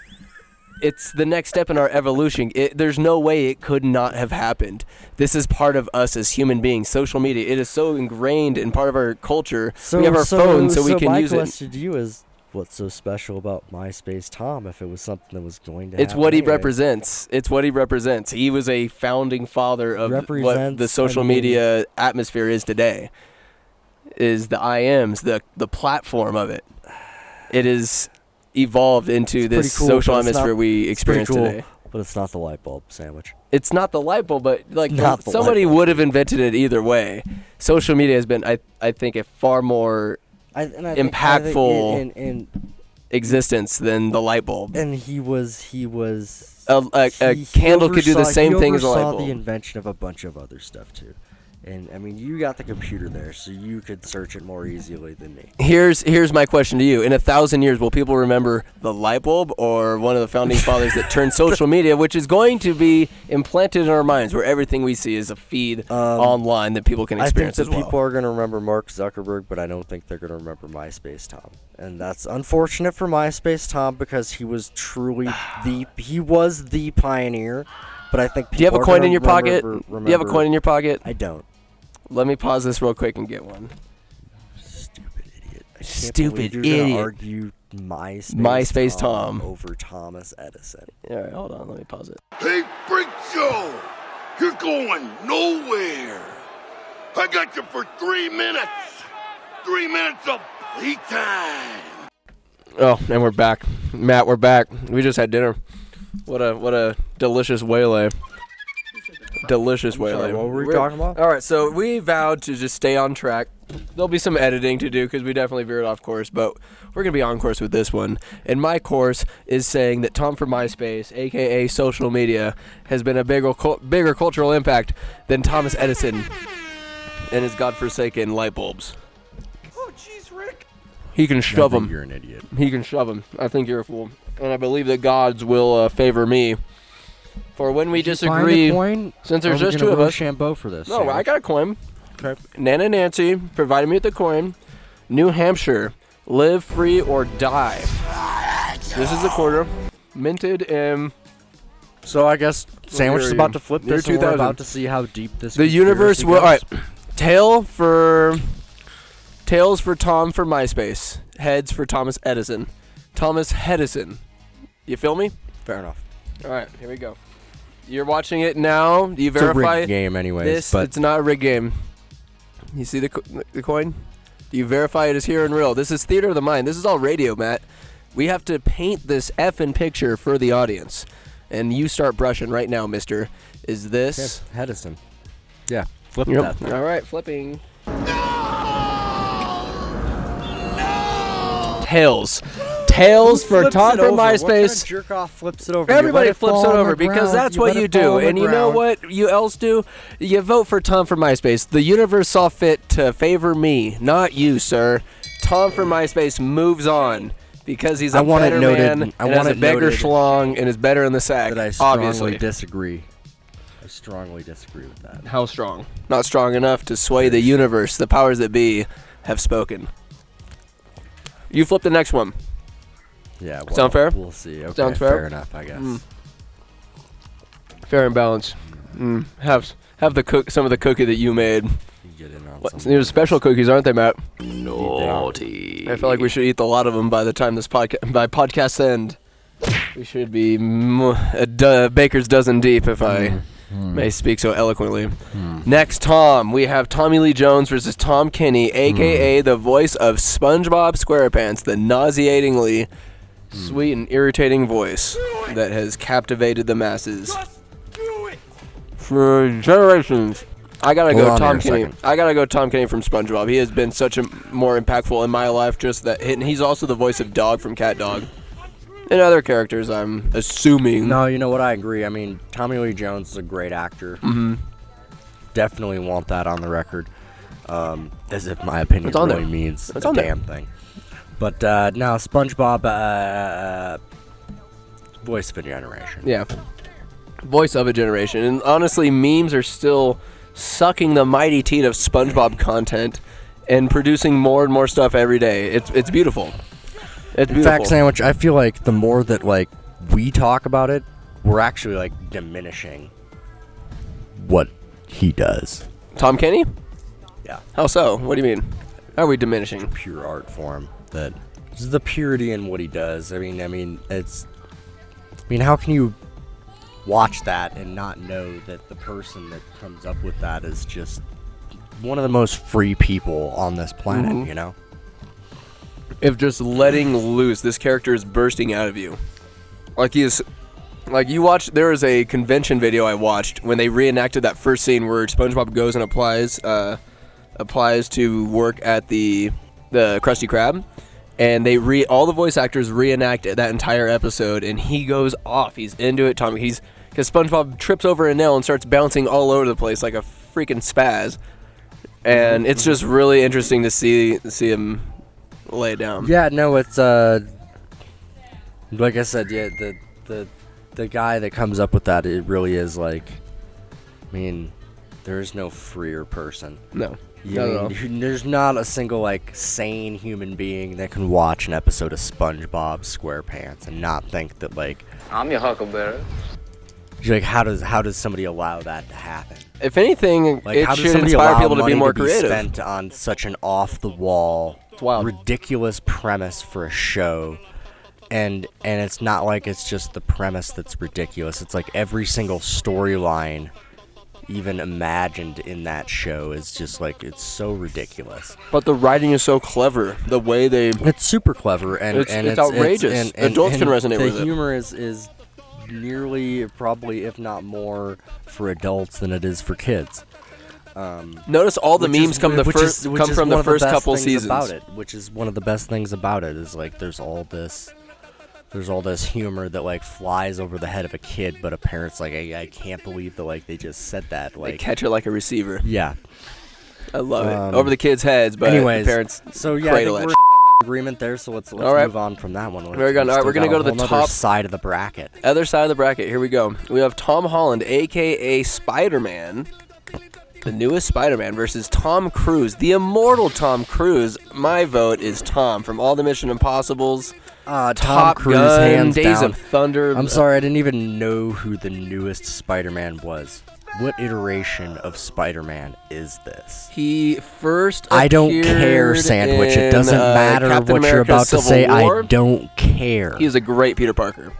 Speaker 1: it's the next step in our evolution it, there's no way it could not have happened this is part of us as human beings social media it is so ingrained and part of our culture
Speaker 2: So,
Speaker 1: we have our
Speaker 2: so,
Speaker 1: phones so, we can
Speaker 2: my
Speaker 1: use it
Speaker 2: question to you is, what's so special about MySpace Tom? If it was something that was going to,
Speaker 1: it's what he
Speaker 2: happen anyway?
Speaker 1: represents it's what he represents he was a founding father of what the
Speaker 2: Represents,
Speaker 1: social
Speaker 2: I mean-
Speaker 1: media atmosphere is today is the ims the the platform of it it is evolved into
Speaker 2: It's pretty
Speaker 1: this
Speaker 2: cool,
Speaker 1: social
Speaker 2: but it's not-
Speaker 1: atmosphere we
Speaker 2: It's pretty
Speaker 1: experience
Speaker 2: cool,
Speaker 1: today
Speaker 2: But it's not the light bulb sandwich.
Speaker 1: it's not the light bulb, but like
Speaker 2: not the light
Speaker 1: somebody
Speaker 2: bulb.
Speaker 1: would have invented it either way. Social media has been, I, I think, a far more
Speaker 2: I, and I
Speaker 1: Impactful.
Speaker 2: Think, I think, and, and,
Speaker 1: existence than the light bulb.
Speaker 2: and and he was he was
Speaker 1: A- a- a
Speaker 2: he- he
Speaker 1: candle could do the
Speaker 2: oversaw-
Speaker 1: same
Speaker 2: he
Speaker 1: thing as a light
Speaker 2: oversaw
Speaker 1: bulb.
Speaker 2: the invention of a bunch of other stuff too. And I mean, you got the computer there, so you could search it more easily than me.
Speaker 1: Here's here's my question to you: In a thousand years, will people remember the light bulb or one of the founding fathers that turned social media, which is going to be implanted in our minds, where everything we see is a feed
Speaker 2: Um,
Speaker 1: online that people can
Speaker 2: I think
Speaker 1: experience
Speaker 2: that
Speaker 1: as well?
Speaker 2: people are going to remember Mark Zuckerberg, but I don't think they're going to remember MySpace Tom. And that's unfortunate for MySpace Tom because he was truly the he was the pioneer. But I think
Speaker 1: Do you have a
Speaker 2: people are
Speaker 1: coin
Speaker 2: gonna
Speaker 1: in your pocket?
Speaker 2: remember-
Speaker 1: Do you have a
Speaker 2: remember-
Speaker 1: coin in your pocket?
Speaker 2: I don't.
Speaker 1: Let me pause this real quick and get one.
Speaker 2: Stupid idiot. I can't
Speaker 1: Stupid
Speaker 2: believe you're gonna
Speaker 1: idiot.
Speaker 2: argue MySpace,
Speaker 1: MySpace Tom.
Speaker 2: over Thomas Edison.
Speaker 1: All right, hold on. Let me pause it.
Speaker 3: Hey, Freak Show! You're going nowhere! I got you for three minutes! Three minutes of playtime!
Speaker 1: Oh, and we're back, Matt. We're back. We just had dinner. What a what a delicious waylay. Delicious
Speaker 2: Sorry,
Speaker 1: whaling.
Speaker 2: what were we talking about?
Speaker 1: All right, so we vowed to just stay on track. There'll be some editing to do because we definitely veered off course, but we're gonna be on course with this one. And my course is saying that Tom from MySpace, aka social media, has been a bigger cul- bigger cultural impact than Thomas Edison and his godforsaken light bulbs.
Speaker 4: Oh, jeez, Rick.
Speaker 1: He can
Speaker 5: I
Speaker 1: shove
Speaker 5: think
Speaker 1: them.
Speaker 5: You're an idiot.
Speaker 1: He can shove them. I think you're a fool, and I believe that gods will uh, favor me. For when we disagree,
Speaker 5: coin?
Speaker 1: since there's just two of us.
Speaker 5: Shambo for this.
Speaker 1: No, I got a coin.
Speaker 5: Okay.
Speaker 1: Nana Nancy provided me with the coin. New Hampshire, live free or die. This is the quarter, minted in
Speaker 5: So I guess sandwich is
Speaker 1: you're-
Speaker 5: about to flip
Speaker 1: you're
Speaker 5: this, and we're
Speaker 1: 2000.
Speaker 5: about to see how deep this.
Speaker 1: the universe.
Speaker 5: conspiracy
Speaker 1: Will, all right,
Speaker 5: goes.
Speaker 1: tail for tails for Tom for MySpace. Heads for Thomas Edison. Thomas Edison. You feel me?
Speaker 2: Fair enough.
Speaker 1: All right, here we go. You're watching it now. Do you
Speaker 2: It's a
Speaker 1: verify
Speaker 2: rigged game, anyways.
Speaker 1: this?
Speaker 2: but
Speaker 1: It's not a rig game. You see the co- the coin? Do you verify it is here and real? This is theater of the mind. This is all radio, Matt. We have to paint this effing picture for the audience, and you start brushing right now, Mister. Is this?
Speaker 2: Hedison. Yeah, flip that.
Speaker 1: All right, flipping. Tails, tails for Tom from MySpace.
Speaker 2: jerk off flips it over.
Speaker 1: Everybody flips it over because that's what you do. And you know what you else do? You vote for Tom from MySpace. The universe saw fit to favor me, not you, sir. Tom from MySpace moves on because he's a
Speaker 2: I want it
Speaker 1: better
Speaker 2: noted-
Speaker 1: man
Speaker 2: I
Speaker 1: and has
Speaker 2: want
Speaker 1: a
Speaker 2: it
Speaker 1: bigger
Speaker 2: noted
Speaker 1: schlong and is better in the sack.
Speaker 2: That I strongly
Speaker 1: obviously,
Speaker 2: disagree. I strongly disagree with that.
Speaker 1: how strong? Not strong enough to sway the universe. The powers that be have spoken. You flip the next one.
Speaker 2: Yeah. Well,
Speaker 1: Sound fair?
Speaker 2: We'll see. Okay,
Speaker 1: Sounds fair?
Speaker 2: fair? Mm. enough, I guess.
Speaker 1: Fair and balanced. Mm, have have the cook some of the cookie that you made.
Speaker 2: You get in on
Speaker 1: What,
Speaker 2: some
Speaker 1: these are special cookies, aren't they, Matt?
Speaker 2: Naughty.
Speaker 1: I feel like we should eat a lot of them by the time this podcast by podcast end. We should be m- a do- baker's dozen deep, if I may speak so eloquently. Next, Tom, we have Tommy Lee Jones versus Tom Kenny, aka the voice of SpongeBob SquarePants, the nauseatingly sweet and irritating voice that has captivated the masses
Speaker 4: Do it.
Speaker 1: for generations. I gotta
Speaker 2: Hold
Speaker 1: go
Speaker 2: on
Speaker 1: Tom
Speaker 2: here a
Speaker 1: Kenny.
Speaker 2: second.
Speaker 1: I gotta go Tom Kenny from SpongeBob. He has been such a more impactful in my life. Just that, and he's also the voice of Dog from Cat Dog, and other characters. I'm assuming.
Speaker 2: No, you know what? I agree. I mean, Tommy Lee Jones is a great actor. Mm-hmm. Definitely want that on the record. Um, as if my opinion
Speaker 1: It's on
Speaker 2: really
Speaker 1: there.
Speaker 2: means
Speaker 1: It's
Speaker 2: a
Speaker 1: on there.
Speaker 2: damn thing. But uh, now SpongeBob, uh, voice of a generation.
Speaker 1: Yeah. Voice of a generation, and honestly, memes are still sucking the mighty teat of SpongeBob content and producing more and more stuff every day. It's it's beautiful. It's
Speaker 2: In
Speaker 1: beautiful.
Speaker 2: fact, sandwich. I feel like the more that like we talk about it, we're actually like diminishing what he does.
Speaker 1: Tom Kenny?
Speaker 2: Yeah.
Speaker 1: How so? What do you mean? How are we diminishing?
Speaker 2: pure art form that this is the purity in what he does. I mean, I mean, it's. I mean, how can you watch that and not know that the person that comes up with that is just one of the most free people on this planet? You know,
Speaker 1: if just letting loose this character is bursting out of you like he is like you watch there was a convention video i watched when they reenacted that first scene where spongebob goes and applies uh, applies to work at the the krusty krab and they re all the voice actors reenact that entire episode and he goes off he's into it tommy he's because spongebob trips over a nail and starts bouncing all over the place like a freaking spaz and it's just really interesting to see see him lay it down
Speaker 2: Yeah, no, it's uh, like I said, yeah, the the the guy that comes up with that, it really is like, I mean, there is no freer person.
Speaker 1: No.
Speaker 2: You mean, you- there's not a single like sane human being that can watch an episode of SpongeBob SquarePants and not think that like
Speaker 6: I'm your huckleberry.
Speaker 2: you're like how does how does somebody allow that to happen?
Speaker 1: If anything,
Speaker 2: Like
Speaker 1: it
Speaker 2: how does
Speaker 1: should
Speaker 2: somebody
Speaker 1: inspire
Speaker 2: allow
Speaker 1: people to
Speaker 2: money
Speaker 1: be more creative.
Speaker 2: spent on such an off the wall,
Speaker 1: wild.
Speaker 2: ridiculous premise for a show? And and it's not like it's just the premise that's ridiculous. It's like every single storyline even imagined in that show is just like it's so ridiculous.
Speaker 1: But the writing is so clever. The way they
Speaker 2: It's super clever and
Speaker 1: It's-
Speaker 2: and
Speaker 1: it's outrageous. Adults can resonate
Speaker 2: the
Speaker 1: with it.
Speaker 2: humor is is nearly, probably if not more, for adults than it is for kids.
Speaker 1: Notice all the
Speaker 2: Which
Speaker 1: memes
Speaker 2: is
Speaker 1: come the
Speaker 2: weird- which
Speaker 1: first
Speaker 2: is- which
Speaker 1: come
Speaker 2: is
Speaker 1: from the
Speaker 2: one of
Speaker 1: first
Speaker 2: best
Speaker 1: couple
Speaker 2: things
Speaker 1: seasons.
Speaker 2: about it, which is one of the best things about it is like there's all this there's all this humor that like flies over the head of a kid, but a parent's like I, I can't believe that like they just said that
Speaker 1: They
Speaker 2: like
Speaker 1: catch it like a receiver.
Speaker 2: yeah.
Speaker 1: I love
Speaker 2: Um,
Speaker 1: it. Over the kids' heads, but
Speaker 2: Anyways,
Speaker 1: the parents.
Speaker 2: so yeah, I
Speaker 1: cradle it.
Speaker 2: think we're in agreement there. So let's let's
Speaker 1: All right.
Speaker 2: move on from that one.
Speaker 1: We're gonna- all right, we're gonna go to the top-
Speaker 2: side of the bracket.
Speaker 1: Other side of the bracket. Here we go. We have Tom Holland, aka Spider Man, the newest Spider Man, versus Tom Cruise, the immortal Tom Cruise. My vote is Tom from all the Mission Impossibles,
Speaker 2: Uh, Tom
Speaker 1: Top
Speaker 2: Cruise,
Speaker 1: Gun,
Speaker 2: hands
Speaker 1: Days
Speaker 2: down.
Speaker 1: of Thunder.
Speaker 2: I'm sorry, I didn't even know who the newest Spider-Man was. What iteration of Spider-Man is this?
Speaker 1: He first.
Speaker 2: I don't
Speaker 1: appeared
Speaker 2: care, sandwich.
Speaker 1: in,
Speaker 2: It doesn't
Speaker 1: uh,
Speaker 2: matter
Speaker 1: Captain
Speaker 2: what you're
Speaker 1: America
Speaker 2: about to
Speaker 1: Civil
Speaker 2: say.
Speaker 1: War.
Speaker 2: I don't care.
Speaker 1: He is a great Peter Parker.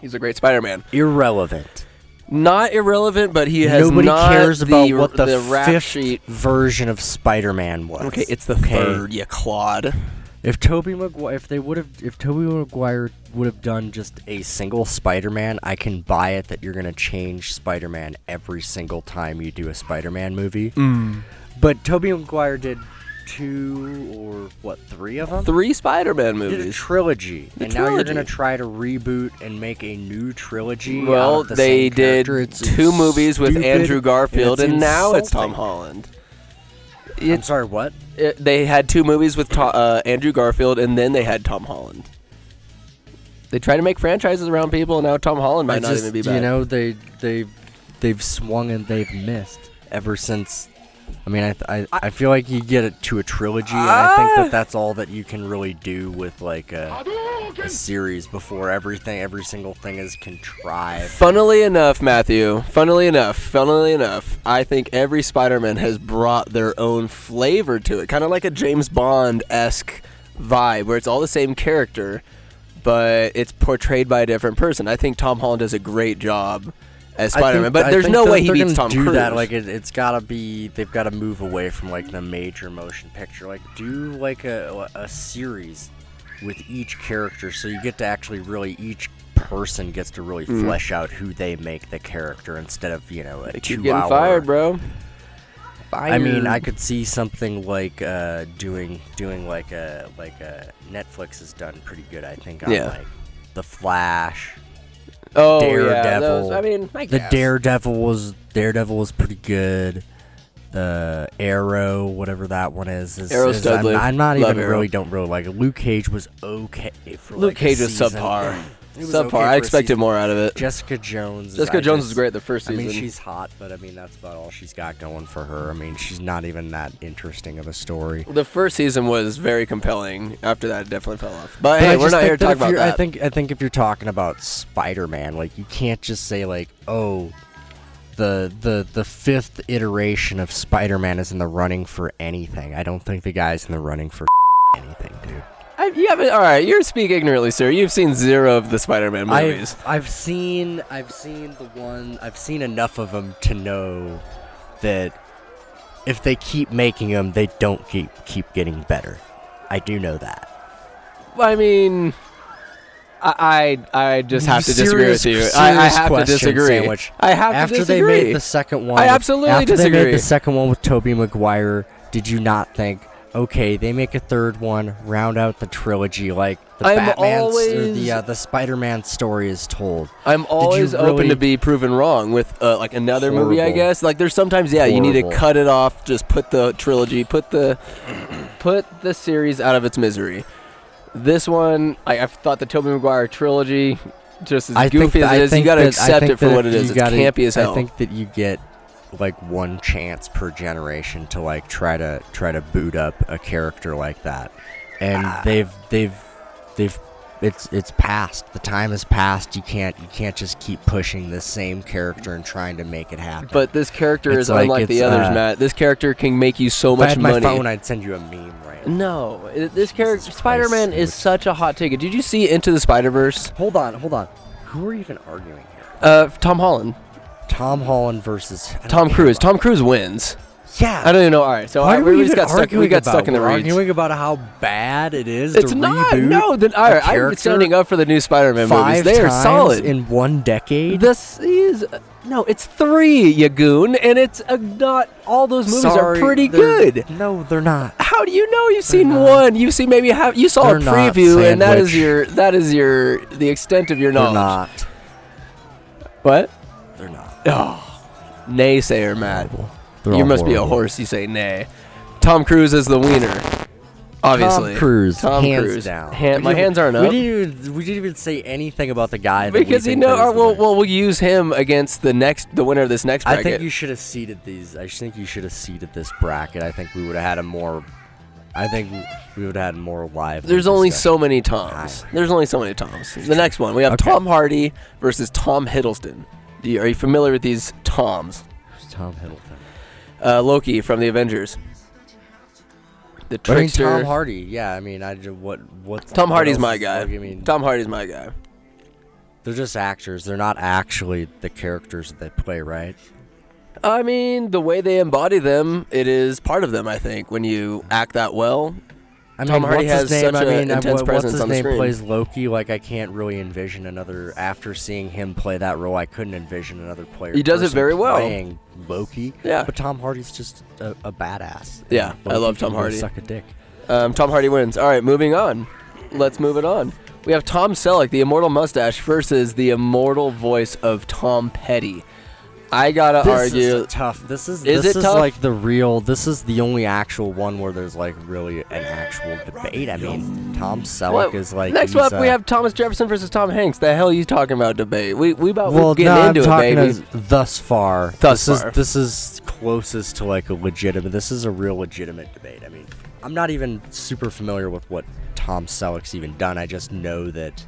Speaker 1: He's a great Spider Man.
Speaker 2: irrelevant.
Speaker 1: Not irrelevant, but he has
Speaker 2: Nobody
Speaker 1: not
Speaker 2: cares about
Speaker 1: the,
Speaker 2: what the,
Speaker 1: rap
Speaker 2: fifth
Speaker 1: sheet.
Speaker 2: version of Spider-Man was.
Speaker 1: Okay, it's the
Speaker 2: Okay?
Speaker 1: third, you clod.
Speaker 2: If Toby Maguire, if they would have, if Toby Maguire would have done just a single Spider-Man, I can buy it that you're gonna change Spider-Man every single time you do a Spider-Man movie.
Speaker 1: Mm.
Speaker 2: But Toby Maguire did two or what, three of them?
Speaker 1: Three Spider Man
Speaker 2: He did a
Speaker 1: movies.
Speaker 2: trilogy,
Speaker 1: The
Speaker 2: and now you're gonna
Speaker 1: trilogy.
Speaker 2: try to reboot and make a new trilogy. out
Speaker 1: Well,
Speaker 2: of the
Speaker 1: they
Speaker 2: same
Speaker 1: did
Speaker 2: character. It's
Speaker 1: two movies with
Speaker 2: stupid
Speaker 1: Andrew Garfield,
Speaker 2: it's
Speaker 1: and, now it's Tom
Speaker 2: insulting.
Speaker 1: Holland.
Speaker 2: I'm sorry, what?
Speaker 1: It- Uh, they had two movies with to- uh, Andrew Garfield, and then they had Tom Holland. They try to make franchises around people, and now Tom Holland might
Speaker 2: I
Speaker 1: not
Speaker 2: just,
Speaker 1: even be back.
Speaker 2: You know, they they they've swung and they've missed ever since. I mean, I th- I, I feel like you get it to a trilogy, and I think
Speaker 1: Ah!
Speaker 2: that that's all that you can really do with like a, a series before everything, every single thing is contrived.
Speaker 1: Funnily enough, Matthew, funnily enough, funnily enough, I think every Spider Man has brought their own flavor to it. Kind of like a James Bond esque vibe, where it's all the same character, but it's portrayed by a different person. I think Tom Holland does a great job as
Speaker 2: I
Speaker 1: Spider Man,
Speaker 2: think-
Speaker 1: but
Speaker 2: I
Speaker 1: there's
Speaker 2: think
Speaker 1: no
Speaker 2: that
Speaker 1: way he
Speaker 2: they're
Speaker 1: beats
Speaker 2: gonna
Speaker 1: Tom
Speaker 2: do
Speaker 1: Cruise.
Speaker 2: That. Like it, it's gotta be, they've gotta move away from like the major motion picture. Like do like a a series with each character, so you get to actually really each person gets to really
Speaker 1: Mm-hmm.
Speaker 2: flesh out who they make the character instead of you know a
Speaker 1: You're
Speaker 2: two
Speaker 1: getting
Speaker 2: hour.
Speaker 1: fired, bro.
Speaker 2: I mean, I could see something like uh, doing doing like a like a Netflix has done pretty good. I think on
Speaker 1: Yeah.
Speaker 2: like the Flash.
Speaker 1: Oh, yeah.
Speaker 2: Daredevil.
Speaker 1: Those, I mean, I
Speaker 2: the
Speaker 1: guess.
Speaker 2: Daredevil was Daredevil was pretty good. The Arrow, whatever that one is, is,
Speaker 1: Arrow
Speaker 2: is- I'm,
Speaker 1: Studley.
Speaker 2: I'm not
Speaker 1: Love
Speaker 2: even
Speaker 1: Arrow.
Speaker 2: really don't really like it. Luke Cage was okay for
Speaker 1: Luke
Speaker 2: like, a
Speaker 1: Cage was
Speaker 2: season.
Speaker 1: subpar.
Speaker 2: It was
Speaker 1: subpar.
Speaker 2: okay for
Speaker 1: I
Speaker 2: a
Speaker 1: expected
Speaker 2: season.
Speaker 1: more out of it.
Speaker 2: Jessica Jones. is-
Speaker 1: Jessica
Speaker 2: I
Speaker 1: Jones
Speaker 2: just-
Speaker 1: was great the first
Speaker 2: I mean,
Speaker 1: season.
Speaker 2: she's hot, but I mean that's about all she's got going for her. I mean, she's not even that interesting of a story.
Speaker 1: The first season was very compelling. After that, it definitely fell off. But, hey,
Speaker 2: I
Speaker 1: we're
Speaker 2: just
Speaker 1: not
Speaker 2: think
Speaker 1: here to
Speaker 2: that
Speaker 1: talk
Speaker 2: if
Speaker 1: about
Speaker 2: you're-
Speaker 1: that.
Speaker 2: I think I think if you're talking about Spider-Man, like you can't just say like, oh, the the the fifth iteration of Spider-Man is in the running for anything. I don't think the guy's in the running for anything, dude.
Speaker 1: I, yeah, but all right, you're speak ignorantly, sir. You've seen zero of the Spider-Man movies.
Speaker 2: I've I've seen I've seen the one I've seen enough of them to know that if they keep making them, they don't keep keep getting better. I do know that.
Speaker 1: I mean, I I, I just have to disagree
Speaker 2: Serious-
Speaker 1: with you. I, I
Speaker 2: serious
Speaker 1: have to
Speaker 2: question,
Speaker 1: disagree.
Speaker 2: Sandwich.
Speaker 1: I have to
Speaker 2: after
Speaker 1: disagree.
Speaker 2: they made the second one.
Speaker 1: I
Speaker 2: with-
Speaker 1: absolutely
Speaker 2: after They made
Speaker 1: disagree.
Speaker 2: the second one with Toby Maguire. Did you not think? Okay, they make a third one, round out the trilogy, like the
Speaker 1: I'm
Speaker 2: Batman or
Speaker 1: always-
Speaker 2: the uh, the Spider-Man story is told.
Speaker 1: I'm always open
Speaker 2: really-
Speaker 1: to be proven wrong with uh, like another movie, I
Speaker 2: Horrible.
Speaker 1: guess. Like there's sometimes, yeah, you need to
Speaker 2: Horrible.
Speaker 1: cut it off. Just put the trilogy, put the put the series out of its misery. This one, I, I've thought the Tobey Maguire trilogy, just as
Speaker 2: I think
Speaker 1: goofy
Speaker 2: that- I
Speaker 1: as it is, you
Speaker 2: think
Speaker 1: got to
Speaker 2: that- I
Speaker 1: accept
Speaker 2: think
Speaker 1: it for
Speaker 2: that
Speaker 1: what it
Speaker 2: you
Speaker 1: is. It's
Speaker 2: gotta-
Speaker 1: campy as hell.
Speaker 2: I think that you get like one chance per generation to like try to try to boot up a character like that, and
Speaker 1: Ah.
Speaker 2: they've they've they've it's it's past. The time is past. You can't you can't just keep pushing the same character and trying to make it happen.
Speaker 1: But this character
Speaker 2: It's
Speaker 1: is
Speaker 2: like
Speaker 1: unlike the
Speaker 2: it's,
Speaker 1: others,
Speaker 2: uh,
Speaker 1: Matt. This character can make you so
Speaker 2: if I
Speaker 1: much
Speaker 2: had my
Speaker 1: money.
Speaker 2: phone, I'd send you a meme right. now.
Speaker 1: no, it- this character
Speaker 2: Christ,
Speaker 1: Spider-Man is
Speaker 2: Sandwich.
Speaker 1: such a hot ticket. Did you see Into the Spider-Verse?
Speaker 2: Hold on, hold on. Who are you even arguing here?
Speaker 1: Uh, Tom Holland,
Speaker 2: Tom Holland versus I don't
Speaker 1: Tom
Speaker 2: care
Speaker 1: Cruise.
Speaker 2: about-
Speaker 1: Tom Cruise wins.
Speaker 2: Yeah.
Speaker 1: I don't even know. All right, so I, we, just got stuck. We got stuck in the
Speaker 2: We're
Speaker 1: reeds.
Speaker 2: arguing about how bad it is
Speaker 1: It's
Speaker 2: to
Speaker 1: not.
Speaker 2: reboot
Speaker 1: No, then
Speaker 2: a
Speaker 1: all right, I'm
Speaker 2: character
Speaker 1: standing up for the new Spider-Man movies.
Speaker 2: five
Speaker 1: They are
Speaker 2: times
Speaker 1: solid.
Speaker 2: in one decade.
Speaker 1: this is uh, no, it's three, you goon, and it's a, not all those movies
Speaker 2: Sorry,
Speaker 1: are pretty
Speaker 2: they're-
Speaker 1: good.
Speaker 2: No, they're not.
Speaker 1: How do you know you've seen one? You've seen maybe half. You saw a
Speaker 2: They're not,
Speaker 1: preview, and that is
Speaker 2: Sandwich.
Speaker 1: your that is your the extent of your
Speaker 2: They're
Speaker 1: knowledge.
Speaker 2: not.
Speaker 1: What?
Speaker 2: They're not.
Speaker 1: Naysayer, Matt.
Speaker 2: They're
Speaker 1: you
Speaker 2: all
Speaker 1: must be a
Speaker 2: horrible.
Speaker 1: horse. You say nay. Tom Cruise is the wiener. Obviously,
Speaker 2: Tom Cruise,
Speaker 1: Tom
Speaker 2: hands
Speaker 1: Cruise.
Speaker 2: down.
Speaker 1: Han-
Speaker 2: We
Speaker 1: my
Speaker 2: didn't-
Speaker 1: hands aren't up.
Speaker 2: We didn't even we didn't even say anything about the guy that we
Speaker 1: Because you
Speaker 2: think
Speaker 1: know,
Speaker 2: that is
Speaker 1: or
Speaker 2: the
Speaker 1: we'll,
Speaker 2: winner.
Speaker 1: well, we'll use him against the next, the winner of this next
Speaker 2: I
Speaker 1: bracket.
Speaker 2: think you should have seeded these. I think you should have seeded this bracket. I think we would have had a more. I think we would have had more live.
Speaker 1: There's only so many Toms. There's only so many Toms. The next one, we have
Speaker 2: Okay.
Speaker 1: Tom Hardy versus Tom Hiddleston. Do you, are you familiar with these Toms?
Speaker 2: Tom Hiddleston.
Speaker 1: Uh, Loki from the Avengers. The
Speaker 2: I mean,
Speaker 1: trickster.
Speaker 2: Tom Hardy. Yeah, I mean, I ju- what what.
Speaker 1: Tom
Speaker 2: what
Speaker 1: Hardy's
Speaker 2: else
Speaker 1: my
Speaker 2: is-
Speaker 1: guy.
Speaker 2: like, I mean,
Speaker 1: Tom Hardy's my guy.
Speaker 2: they're just actors. They're not actually the characters that they play, right?
Speaker 1: I mean, the way they embody them, it is part of them. I think when you act that well,
Speaker 2: I
Speaker 1: Tom
Speaker 2: mean,
Speaker 1: Hardy
Speaker 2: what's his
Speaker 1: has
Speaker 2: name?
Speaker 1: such
Speaker 2: I
Speaker 1: a
Speaker 2: mean, uh,
Speaker 1: intense
Speaker 2: what-
Speaker 1: presence
Speaker 2: what's his
Speaker 1: on the
Speaker 2: name
Speaker 1: screen.
Speaker 2: plays Loki. Like, I can't really envision another. After seeing him play that role, I couldn't envision another player.
Speaker 1: He does it
Speaker 2: person
Speaker 1: very well.
Speaker 2: Playing Loki.
Speaker 1: Yeah.
Speaker 2: But Tom Hardy's just a, a badass.
Speaker 1: Yeah,
Speaker 2: And
Speaker 1: I
Speaker 2: Loki
Speaker 1: love
Speaker 2: can
Speaker 1: Tom
Speaker 2: go
Speaker 1: Hardy.
Speaker 2: Suck a dick.
Speaker 1: Um, Tom Hardy wins. All right, moving on. Let's move it on. We have Tom Selleck, the immortal mustache, versus the immortal voice of Tom Petty. I gotta
Speaker 2: This
Speaker 1: argue.
Speaker 2: is a tough. This is
Speaker 1: Is
Speaker 2: this
Speaker 1: it
Speaker 2: is
Speaker 1: tough?
Speaker 2: like the real. This is the only actual one where there's like really an actual debate. I mean, Tom Selleck
Speaker 1: Well,
Speaker 2: is like
Speaker 1: next
Speaker 2: he's
Speaker 1: up, we
Speaker 2: a-
Speaker 1: have Thomas Jefferson versus Tom Hanks. The hell you talking about debate? We we about
Speaker 2: Well,
Speaker 1: we're getting
Speaker 2: no, I'm
Speaker 1: into it,
Speaker 2: talking
Speaker 1: baby.
Speaker 2: as thus far.
Speaker 1: Thus
Speaker 2: this
Speaker 1: far.
Speaker 2: is this is closest to like a legitimate. This is a real legitimate debate. I mean, I'm not even super familiar with what Tom Selleck's even done. I just know that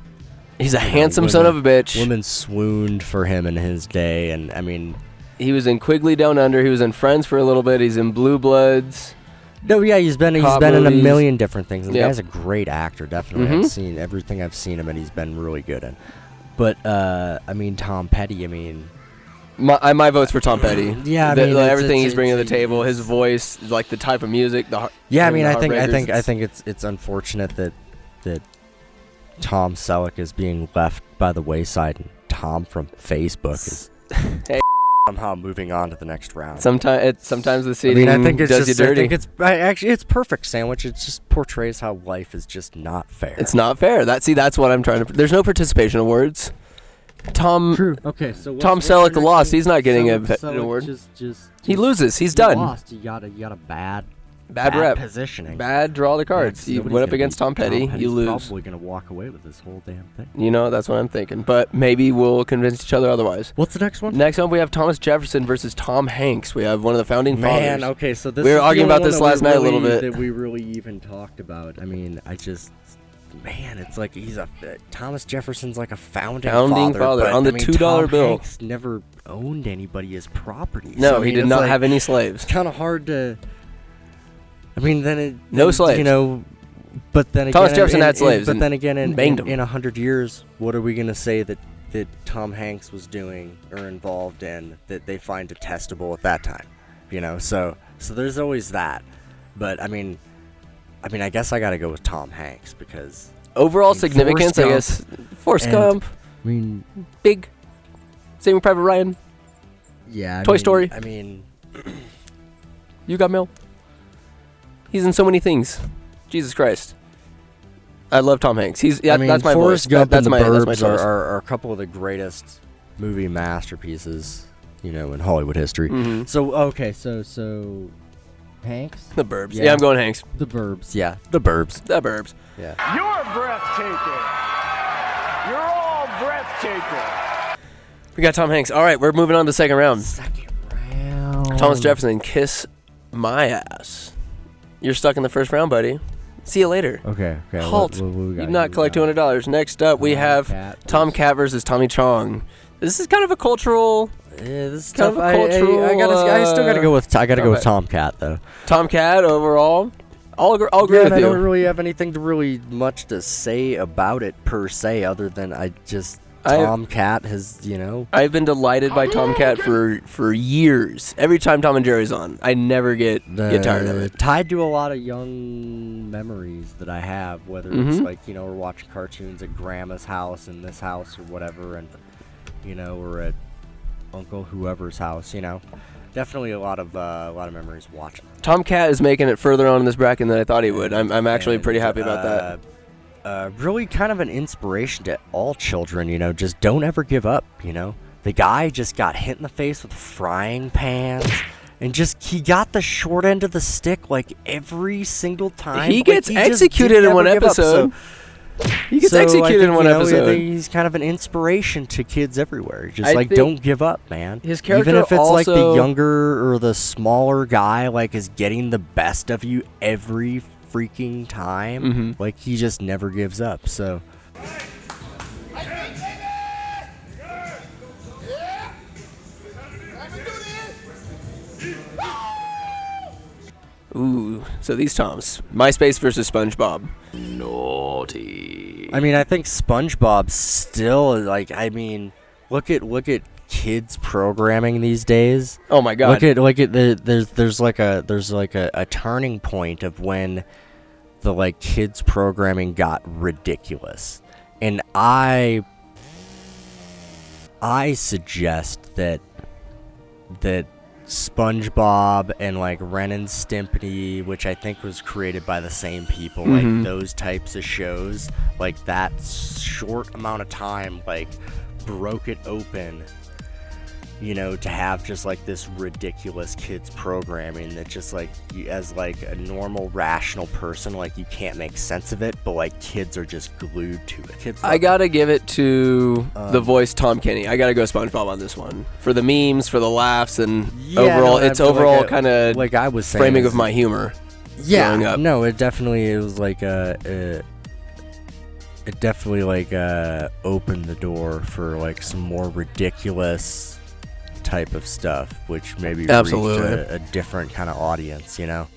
Speaker 1: He's a
Speaker 2: you know,
Speaker 1: handsome
Speaker 2: women-
Speaker 1: son of a bitch.
Speaker 2: Women swooned for him in his day, and I mean,
Speaker 1: He was in Quigley Down Under. He was in Friends for a little bit. He's in Blue Bloods.
Speaker 2: No, yeah, he's been he's
Speaker 1: Cop
Speaker 2: been in a
Speaker 1: movies.
Speaker 2: million different things. The
Speaker 1: Yep. Mm-hmm.
Speaker 2: guy's a great actor, definitely. I've seen everything I've seen him, and he's been really good in. But uh, I mean, Tom Petty. I mean,
Speaker 1: My I- my vote's for Tom Petty.
Speaker 2: Yeah, I
Speaker 1: The-
Speaker 2: mean,
Speaker 1: the-
Speaker 2: it's-
Speaker 1: everything
Speaker 2: it's-
Speaker 1: he's bringing to the
Speaker 2: it's-
Speaker 1: table, his voice, like the type of music. The heart-
Speaker 2: yeah, I mean,
Speaker 1: the
Speaker 2: I think I
Speaker 1: heartbreakers,
Speaker 2: think I
Speaker 1: it's-
Speaker 2: think it's it's unfortunate that that Tom Selleck is being left by the wayside, and Tom from Facebook is
Speaker 1: Hey.
Speaker 2: somehow moving on to the next round.
Speaker 1: Sometimes it's sometimes the
Speaker 2: I
Speaker 1: seating
Speaker 2: mean, I think it's
Speaker 1: does
Speaker 2: just,
Speaker 1: you
Speaker 2: I
Speaker 1: dirty.
Speaker 2: think it's I, actually it's perfect sandwich. It just portrays how life is just not fair.
Speaker 1: it's not fair. That see, that's what I'm trying to. There's no participation awards.
Speaker 2: Mm,
Speaker 1: Tom
Speaker 7: True. Okay, so what's-
Speaker 1: Tom
Speaker 7: what's
Speaker 1: Selleck
Speaker 7: your
Speaker 1: lost.
Speaker 7: name?
Speaker 1: He's not getting a
Speaker 7: Selleck-
Speaker 1: pe-
Speaker 7: Selleck
Speaker 1: award.
Speaker 7: Just, just,
Speaker 1: he
Speaker 7: just-
Speaker 1: loses. He's
Speaker 7: you
Speaker 1: done.
Speaker 7: Lost. You got a, you got a bad,
Speaker 1: Bad, rep.
Speaker 2: positioning.
Speaker 1: Bad draw the cards.
Speaker 7: Yeah,
Speaker 1: you
Speaker 7: nobody's
Speaker 1: went up
Speaker 7: gonna
Speaker 1: against
Speaker 7: beat
Speaker 1: Tom Petty.
Speaker 7: Petty's
Speaker 1: you lose.
Speaker 7: Probably gonna walk away with this whole damn thing.
Speaker 1: You know that's what I'm thinking. But maybe we'll convince each other otherwise.
Speaker 2: What's the next one?
Speaker 1: Next up, we have Thomas Jefferson versus Tom Hanks. We have one of the founding
Speaker 2: Man,
Speaker 1: fathers.
Speaker 2: okay, so this
Speaker 1: We were
Speaker 2: is the
Speaker 1: arguing
Speaker 2: only
Speaker 1: about
Speaker 2: one
Speaker 1: this
Speaker 2: that we
Speaker 1: last night a little
Speaker 2: really-
Speaker 1: bit.
Speaker 2: that we really even talked about. I mean, I just man, it's like he's a Thomas Jefferson's like a founding,
Speaker 1: Founding
Speaker 2: father,
Speaker 1: father
Speaker 2: but,
Speaker 1: on the
Speaker 2: I mean,
Speaker 1: $2
Speaker 2: Tom
Speaker 1: bill.
Speaker 2: Hanks never owned anybody as property.
Speaker 1: No,
Speaker 2: so, I
Speaker 1: he
Speaker 2: mean,
Speaker 1: did
Speaker 2: it's
Speaker 1: not
Speaker 2: like,
Speaker 1: have any slaves.
Speaker 2: It's kind of hard to. I mean, then it
Speaker 1: No
Speaker 2: then,
Speaker 1: slaves.
Speaker 2: You know, but then
Speaker 1: Thomas
Speaker 2: again,
Speaker 1: Jefferson
Speaker 2: in,
Speaker 1: had
Speaker 2: in-
Speaker 1: slaves
Speaker 2: But
Speaker 1: and
Speaker 2: then again, in
Speaker 1: banged
Speaker 2: in,
Speaker 1: 'em.
Speaker 2: in a hundred years, what are we gonna say that that Tom Hanks was doing or involved in that they find detestable at that time? You know, so so there's always that. But I mean, I mean, I guess I gotta go with Tom Hanks because
Speaker 1: Overall
Speaker 2: Forrest
Speaker 1: significance, I
Speaker 2: Gump
Speaker 1: guess. Forrest
Speaker 2: and-
Speaker 1: Gump,
Speaker 7: I mean,
Speaker 1: big. Saving Private Ryan,
Speaker 2: yeah, I
Speaker 1: Toy
Speaker 2: mean-
Speaker 1: Story.
Speaker 2: I mean,
Speaker 1: You Got Mail. He's in so many things. Jesus Christ. I love Tom Hanks. He's yeah,
Speaker 2: I mean,
Speaker 1: that's my
Speaker 2: Forrest
Speaker 1: voice.
Speaker 2: Gump
Speaker 1: That- that's
Speaker 2: and
Speaker 1: my
Speaker 2: The
Speaker 1: that's my
Speaker 2: Burbs are,
Speaker 1: choice.
Speaker 2: are, are a couple of the greatest movie masterpieces, you know, in Hollywood history.
Speaker 1: Mhm.
Speaker 2: So okay,
Speaker 7: so so, Hanks,
Speaker 1: The Burbs. Yeah.
Speaker 2: Yeah.
Speaker 1: I'm going Hanks.
Speaker 7: the Burbs.
Speaker 2: yeah, The Burbs.
Speaker 1: The Burbs.
Speaker 2: Yeah,
Speaker 8: You're breathtaking. You're all breathtaking.
Speaker 1: We got Tom Hanks. All right, we're moving on to the second round.
Speaker 2: second Um,
Speaker 1: Thomas Jefferson, kiss my ass. You're stuck in the first round, buddy. See you later.
Speaker 7: Okay, okay.
Speaker 1: Halt.
Speaker 7: we
Speaker 1: You
Speaker 7: got
Speaker 1: did not
Speaker 7: here?
Speaker 1: collect
Speaker 7: We got-
Speaker 1: $200. Next up, we
Speaker 7: Tom
Speaker 1: have
Speaker 7: Cat
Speaker 1: Tom Cat versus Tommy Chong. This is kind of a cultural.
Speaker 2: yeah, Uh, this is
Speaker 1: Kind of
Speaker 2: tough.
Speaker 1: a
Speaker 2: I, I, I
Speaker 1: cultural,
Speaker 2: gotta, I still gotta
Speaker 1: uh,
Speaker 2: go with, I gotta go with
Speaker 1: combat.
Speaker 2: Tomcat though.
Speaker 1: Tom Cat overall. I'll agree, I'll agree
Speaker 2: Yeah, and
Speaker 1: with
Speaker 2: I
Speaker 1: you.
Speaker 2: don't really have anything to really much to say about it per se, other than I just,
Speaker 1: I,
Speaker 2: Tomcat has, you know,
Speaker 1: I've been delighted by Tomcat for for years. Every time Tom and Jerry's on, I never get get tired of
Speaker 9: Uh,
Speaker 1: it.
Speaker 9: Tied to a lot of young memories that I have, whether
Speaker 1: Mm-hmm.
Speaker 9: it's like, you know, we're watching cartoons at grandma's house and this house or whatever, and, you know, we're at uncle whoever's house, you know. Definitely a lot of uh, a lot of memories watching.
Speaker 1: Tomcat is making it further on in this bracket than I thought he would. I'm I'm actually pretty happy about that.
Speaker 2: that. Uh, really, kind of an inspiration to all children. You know, just don't ever give up. You know, the guy just got hit in the face with frying pans, and just he got the short end of the stick like every single time.
Speaker 1: He
Speaker 2: Uh, Like,
Speaker 1: gets
Speaker 2: just
Speaker 1: executed
Speaker 2: didn't
Speaker 1: in one
Speaker 2: ever give up,
Speaker 1: episode.
Speaker 2: so-
Speaker 1: He gets
Speaker 2: so I
Speaker 1: executed in
Speaker 2: think,
Speaker 1: one
Speaker 2: you know,
Speaker 1: episode.
Speaker 2: He's kind of an inspiration to kids everywhere. Just
Speaker 1: I
Speaker 2: like
Speaker 1: think
Speaker 2: don't give up, man.
Speaker 1: his
Speaker 2: even
Speaker 1: character
Speaker 2: if it's like the
Speaker 1: also-
Speaker 2: younger or the smaller guy, like is getting the best of you every freaking time.
Speaker 1: Mm-hmm.
Speaker 2: Like he just never gives up. So
Speaker 1: Ooh, so these Toms. MySpace versus SpongeBob.
Speaker 2: I mean, I think SpongeBob still like. I mean, look at look at kids programming these days.
Speaker 1: Oh my god.
Speaker 2: Look at look at the there's there's like a there's like a, a turning point of when the like kids programming got ridiculous. And I I suggest that that SpongeBob and like Ren and Stimpy, which I think was created by the same people, like those types of shows, like that short amount of time, like broke it open you know to have just like this ridiculous kids programming that just like you, as like a normal rational person like you can't make sense of it but like kids are just glued to it kids
Speaker 1: I gotta give it to
Speaker 2: Uh,
Speaker 1: the voice Tom Kenny. I gotta go SpongeBob on this one for the memes, for the laughs, and
Speaker 2: Yeah,
Speaker 1: overall,
Speaker 2: no,
Speaker 1: it's
Speaker 2: I feel like
Speaker 1: overall
Speaker 2: a-
Speaker 1: kind of
Speaker 2: like I was saying,
Speaker 1: framing
Speaker 2: is-
Speaker 1: of my humor. growing
Speaker 2: yeah
Speaker 1: up.
Speaker 2: no it definitely it was like a, a it definitely like uh opened the door for like some more ridiculous type of stuff which maybe
Speaker 1: Absolutely.
Speaker 2: reached a, a different kind of audience you know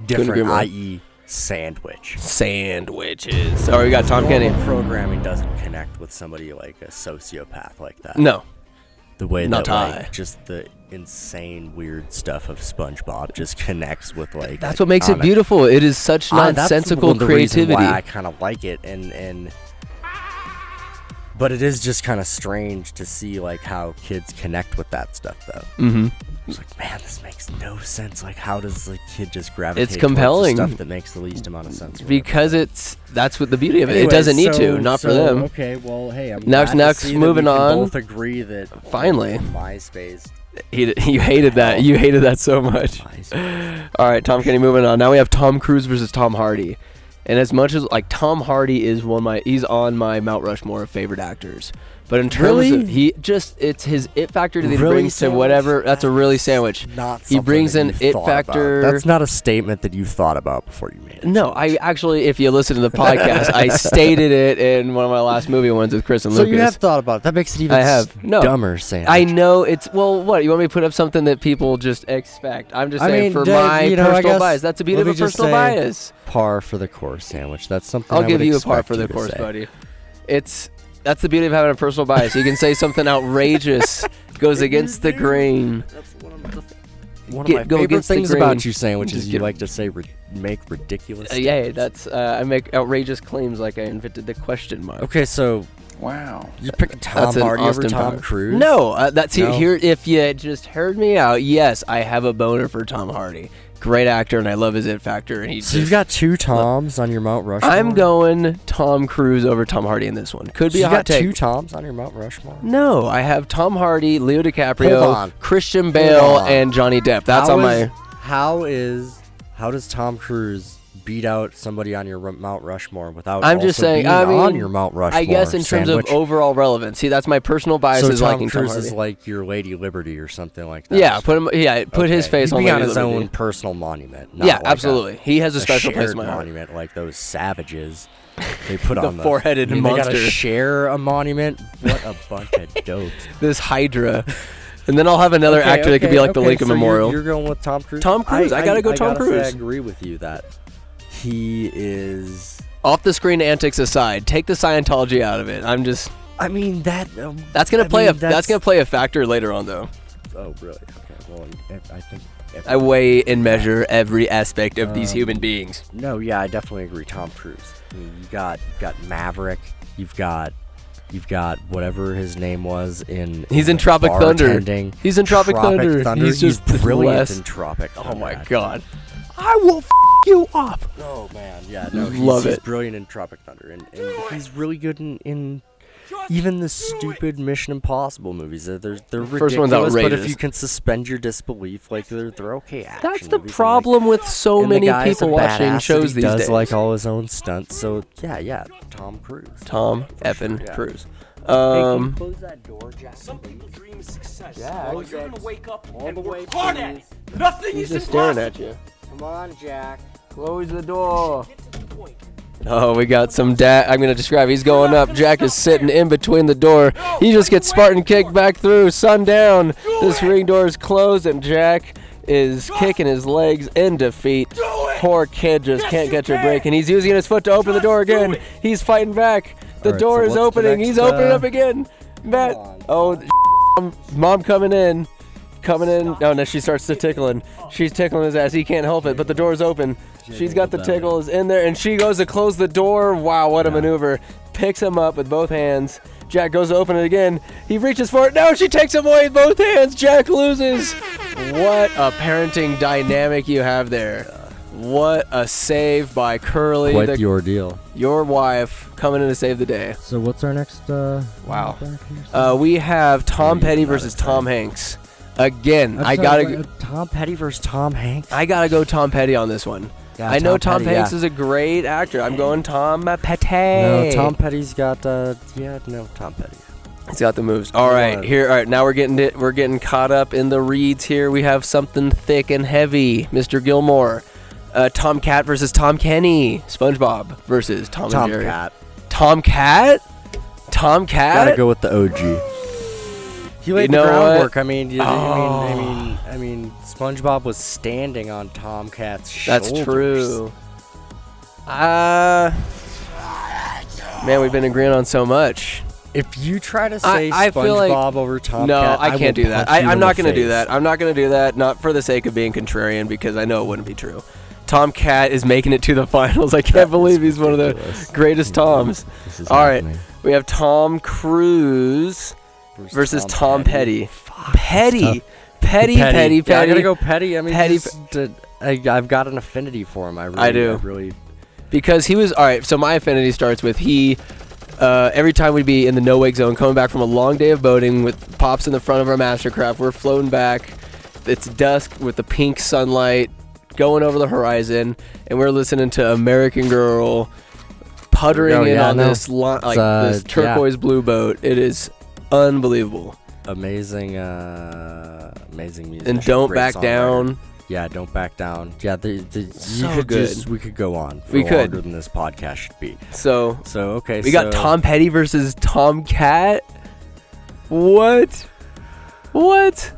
Speaker 1: agree
Speaker 2: different
Speaker 1: more.
Speaker 2: i.e sandwich
Speaker 1: Sandwiches. Oh, we got Tom Kenny.
Speaker 2: Normal programming doesn't connect with somebody like a sociopath like that.
Speaker 1: No,
Speaker 2: the way
Speaker 1: not
Speaker 2: that like,
Speaker 1: I.
Speaker 2: just the insane weird stuff of SpongeBob just connects with like
Speaker 1: that's
Speaker 2: a
Speaker 1: what makes it
Speaker 2: comic.
Speaker 1: beautiful. It is such
Speaker 2: I- Ah, that's
Speaker 1: nonsensical
Speaker 2: one of the reason
Speaker 1: creativity.
Speaker 2: Why I kind of like it, and and but it is just kind of strange to see like how kids connect with that stuff though. Mm-hmm. It's like man, this makes no sense. Like how does the kid just gravitate? towards the
Speaker 1: compelling.
Speaker 2: stuff that makes the least amount of sense. or whatever?
Speaker 1: because it's that's what the beauty of it. it
Speaker 2: Anyway,
Speaker 1: doesn't need
Speaker 2: so-
Speaker 1: to. Not for
Speaker 2: so,
Speaker 1: them.
Speaker 2: Okay, well, hey, I'm
Speaker 1: Next-
Speaker 2: glad to
Speaker 1: next,
Speaker 2: see that
Speaker 1: moving
Speaker 2: we can
Speaker 1: on.
Speaker 2: Both agree that
Speaker 1: Finally.
Speaker 2: MySpace.
Speaker 1: He, you hated that. You hated that so much. All right, Tom Kenny. Moving on. Now we have Tom Cruise versus Tom Hardy. And as much as like Tom Hardy is one of my he's on my Mount Rushmore of favorite actors. But in terms
Speaker 2: Really?
Speaker 1: of he just it's his it factor that he
Speaker 2: Really
Speaker 1: brings to
Speaker 2: sandwich?
Speaker 1: whatever that's a really sandwich.
Speaker 2: Not
Speaker 1: he
Speaker 2: something
Speaker 1: brings
Speaker 2: that
Speaker 1: an
Speaker 2: you
Speaker 1: it
Speaker 2: thought about.
Speaker 1: factor.
Speaker 2: That's not a statement that you thought about before you made it.
Speaker 1: no, I actually, if you listen to the podcast, I stated it in one of my last movie ones with Chris and
Speaker 2: So
Speaker 1: Lucas.
Speaker 2: you have thought about it. That makes it even
Speaker 1: I have
Speaker 2: s-
Speaker 1: no
Speaker 2: dumber, Sam.
Speaker 1: I know it's well. What you want me to put up something that people just expect? I'm just
Speaker 2: I
Speaker 1: saying
Speaker 2: mean,
Speaker 1: for
Speaker 2: d-
Speaker 1: my
Speaker 2: you know, I
Speaker 1: personal
Speaker 2: guess-
Speaker 1: bias. That's a bit
Speaker 2: let
Speaker 1: of a
Speaker 2: me just
Speaker 1: personal
Speaker 2: say-
Speaker 1: bias.
Speaker 2: par for the course sandwich. That's something
Speaker 1: I'll
Speaker 2: I
Speaker 1: give
Speaker 2: would
Speaker 1: you a par
Speaker 2: expect
Speaker 1: for the
Speaker 2: to
Speaker 1: course,
Speaker 2: say.
Speaker 1: buddy. It's that's the beauty of having a personal bias. You can say something outrageous goes against the grain.
Speaker 2: One
Speaker 1: Get-
Speaker 2: of
Speaker 1: go
Speaker 2: my favorite
Speaker 1: against the
Speaker 2: things
Speaker 1: grain.
Speaker 2: about you, sandwich,
Speaker 1: Just
Speaker 2: is you
Speaker 1: get-
Speaker 2: like to say ri- make ridiculous.
Speaker 1: Uh, yeah,
Speaker 2: statements.
Speaker 1: that's uh, I make outrageous claims like I invented the question mark.
Speaker 2: okay. So
Speaker 3: Wow.
Speaker 2: you're picking Tom
Speaker 1: That's an
Speaker 2: Hardy over
Speaker 1: Austin
Speaker 2: Tom
Speaker 1: power.
Speaker 2: Cruise?
Speaker 1: No, uh, that's
Speaker 2: No?
Speaker 1: here. If you just heard me out, yes, I have a boner for Tom Hardy. Great actor, and I love his it factor. And he's
Speaker 2: So you've got two Toms on your Mount Rushmore.
Speaker 1: I'm going Tom Cruise over Tom Hardy in this one. Could be
Speaker 2: you
Speaker 1: a hot
Speaker 2: got
Speaker 1: take.
Speaker 2: two Toms on your Mount Rushmore.
Speaker 1: no, I have Tom Hardy, Leo
Speaker 2: Hold
Speaker 1: DiCaprio,
Speaker 2: on.
Speaker 1: Christian Bale,
Speaker 2: on.
Speaker 1: and Johnny Depp. That's
Speaker 2: How
Speaker 1: on
Speaker 2: is-
Speaker 1: my.
Speaker 2: How is how does Tom Cruise beat out somebody on your Ru- Mount Rushmore without?
Speaker 1: I'm
Speaker 2: also
Speaker 1: just saying.
Speaker 2: being
Speaker 1: I mean,
Speaker 2: on your Mount Rushmore.
Speaker 1: I guess in terms
Speaker 2: sandwich?
Speaker 1: of overall relevance. See, that's my personal bias
Speaker 2: so
Speaker 1: is
Speaker 2: Tom
Speaker 1: liking
Speaker 2: Cruise
Speaker 1: Tom Hardy.
Speaker 2: is like your Lady Liberty or something like that.
Speaker 1: yeah, put him. Yeah, put his
Speaker 2: Okay.
Speaker 1: face
Speaker 2: He'd
Speaker 1: on
Speaker 2: be
Speaker 1: Lady
Speaker 2: on his
Speaker 1: Liberty.
Speaker 2: own personal monument. not
Speaker 1: Yeah,
Speaker 2: like uh, a-
Speaker 1: absolutely. he has a special place
Speaker 2: shared
Speaker 1: in my heart.
Speaker 2: monument like those savages. They put on the
Speaker 1: four-headed
Speaker 2: I mean, They gotta
Speaker 1: monster.
Speaker 2: share a monument. What a bunch of dopes.
Speaker 1: This Hydra, and then I'll have another
Speaker 2: Okay,
Speaker 1: actor that could
Speaker 2: okay,
Speaker 1: be like the
Speaker 2: okay,
Speaker 1: Lincoln
Speaker 2: so you're-
Speaker 1: Memorial.
Speaker 2: You're, going with Tom Cruise.
Speaker 1: Tom Cruise, I gotta go Tom
Speaker 2: gotta say
Speaker 1: Cruise.
Speaker 2: I agree with you that he is.
Speaker 1: Off the screen antics aside, take the Scientology out of it. I'm just
Speaker 2: I mean that. Um,
Speaker 1: That's gonna
Speaker 2: I
Speaker 1: play a
Speaker 2: mean,
Speaker 1: that's, gonna play a factor later on though.
Speaker 2: Oh really? Okay. Well, I, I think. if-
Speaker 1: I weigh and measure every aspect of
Speaker 2: Uh,
Speaker 1: these human beings.
Speaker 2: no, yeah, I definitely agree. Tom Cruise. I mean, you got you got Maverick. You've got you've got whatever his name was in.
Speaker 1: He's in Tropic Thunder.
Speaker 2: Bartending.
Speaker 1: He's in Tropic Thunder. He's
Speaker 2: He's,
Speaker 1: just the
Speaker 2: brilliant
Speaker 1: best.
Speaker 2: in Tropic. Thunder.
Speaker 1: Oh my
Speaker 2: I-
Speaker 1: god. I will f- you up.
Speaker 2: Oh man, yeah, no, he's,
Speaker 1: Love
Speaker 2: he's
Speaker 1: it.
Speaker 2: brilliant in Tropic Thunder, and, and he's really good in, in even the stupid Mission Impossible movies. They're they're, they're
Speaker 1: First one's
Speaker 2: ridiculous, but if
Speaker 1: outrageous.
Speaker 2: you can suspend your disbelief, like they're they're okay. Action
Speaker 1: That's the
Speaker 2: movies, and, like,
Speaker 1: problem with so
Speaker 2: and the
Speaker 1: many
Speaker 2: guy's a
Speaker 1: people watching
Speaker 2: badass, and
Speaker 1: shows
Speaker 2: he
Speaker 1: these
Speaker 2: does
Speaker 1: days.
Speaker 2: like all his own stunts, so yeah, yeah, Tom Cruise.
Speaker 1: Tom effing
Speaker 2: yeah.
Speaker 1: Cruise.
Speaker 2: Um,
Speaker 1: Um,
Speaker 2: close that door, Jack.
Speaker 6: Some people dream of success.
Speaker 2: Yeah,
Speaker 6: but you're gonna wake up and
Speaker 2: the
Speaker 6: work
Speaker 2: way,
Speaker 6: hard at it. Nothing
Speaker 10: He's
Speaker 6: is
Speaker 10: just staring
Speaker 6: impossible.
Speaker 10: at you.
Speaker 2: Come on, Jack.
Speaker 10: Close the door.
Speaker 6: Get to the point.
Speaker 1: oh, we got some dad. I'm gonna describe. He's going up. Jack is sitting in between the door. He just gets Spartan kicked back through. Sundown. This ring door is closed, and Jack is kicking his legs in defeat. Poor kid just can't
Speaker 6: you
Speaker 1: catch a
Speaker 6: can.
Speaker 1: break, and he's using his foot to open the door again. He's fighting back. The
Speaker 2: Alright,
Speaker 1: door
Speaker 2: so
Speaker 1: is
Speaker 2: what's the
Speaker 1: opening.
Speaker 2: next,
Speaker 1: he's opening
Speaker 2: uh,
Speaker 1: up again. Matt. Oh, mom, mom coming in. Coming in. No, no, she starts to tickling. She's tickling his ass. He can't help it, but the door's open. She's got the tickle, is in there, and she goes to close the door. Wow, what a maneuver. Picks him up with both hands. Jack goes to open it again. He reaches for it. No, she takes him away with both hands. Jack loses. What a parenting dynamic you have there. What a save by Curly,
Speaker 11: Quite
Speaker 1: the-
Speaker 11: the ordeal.
Speaker 1: your wife, coming in to save the day.
Speaker 11: So what's our next? Uh,
Speaker 1: Wow.
Speaker 11: back here?
Speaker 1: Uh, we have Tom Petty versus Tom Hanks. Again,
Speaker 11: I'm
Speaker 1: I
Speaker 11: sorry,
Speaker 1: gotta,
Speaker 11: but, uh, Tom Petty versus Tom Hanks.
Speaker 1: I gotta go Tom Petty on this one.
Speaker 2: Yeah,
Speaker 1: I know Tom
Speaker 2: Tom Petty,
Speaker 1: Hanks
Speaker 2: yeah.
Speaker 1: is a great actor. I'm going Tom Petty.
Speaker 2: No, Tom Petty's got uh, yeah, no, Tom Petty.
Speaker 1: He's got the moves. All right,
Speaker 2: on.
Speaker 1: here. All right, now we're getting it. We're getting caught up in the reeds here. We have something thick and heavy. Mr. Gilmore, uh, Tom Cat versus Tom Kenny. SpongeBob versus Tom,
Speaker 2: Tom
Speaker 1: and Jerry.
Speaker 2: Cat.
Speaker 1: Tom Cat. Tom Cat.
Speaker 2: Gotta go with the OG. He laid
Speaker 1: You know
Speaker 2: the
Speaker 1: what?
Speaker 2: groundwork. I mean, you-
Speaker 11: Oh.
Speaker 2: I mean, I mean, I mean, SpongeBob was standing on Tomcat's
Speaker 1: That's
Speaker 2: shoulders.
Speaker 1: true. Uh man, we've been agreeing on so much.
Speaker 2: If you try to
Speaker 1: I-
Speaker 2: say
Speaker 1: I
Speaker 2: SpongeBob
Speaker 1: feel like-
Speaker 2: over Tomcat,
Speaker 1: no, I can't
Speaker 2: will
Speaker 1: do that.
Speaker 2: punch
Speaker 1: I,
Speaker 2: you
Speaker 1: I'm
Speaker 2: in
Speaker 1: not
Speaker 2: the
Speaker 1: going to do
Speaker 2: face.
Speaker 1: that. I'm not going to do that. Not for the sake of being contrarian, because I know it wouldn't be true. Tom Cat is making it to the finals. I can't believe he's one of the greatest Toms.
Speaker 11: is
Speaker 1: All right,
Speaker 11: happening.
Speaker 1: we have Tom Cruise versus Tom, Petty.
Speaker 11: tough.
Speaker 1: Petty. Petty, Petty,
Speaker 2: Petty.
Speaker 1: Petty,
Speaker 2: Yeah, I gotta go Petty. I mean,
Speaker 1: Petty
Speaker 2: just, uh, I, I've got an affinity for him. I really,
Speaker 1: do.
Speaker 2: really.
Speaker 1: because he was all right. So my affinity starts with he. Uh, every time we'd be in the no wake zone, coming back from a long day of boating with pops in the front of our mastercraft, we're floating back. It's dusk with the pink sunlight going over the horizon, and we're listening to American Girl puttering
Speaker 2: Oh,
Speaker 1: in
Speaker 2: yeah, I
Speaker 1: on
Speaker 2: know.
Speaker 1: this lo- like
Speaker 2: uh,
Speaker 1: this
Speaker 2: yeah.
Speaker 1: turquoise blue boat. It is unbelievable.
Speaker 2: Amazing, uh, amazing music.
Speaker 1: And don't back down.
Speaker 2: Yeah, don't back down. Yeah, the, the,
Speaker 1: So
Speaker 2: you could
Speaker 1: good.
Speaker 2: Just, we could go on. For
Speaker 1: We could.
Speaker 2: longer than this podcast should be.
Speaker 1: So
Speaker 2: So okay,
Speaker 1: we got
Speaker 2: so-
Speaker 1: Tom Petty versus Tom Cat. What? What?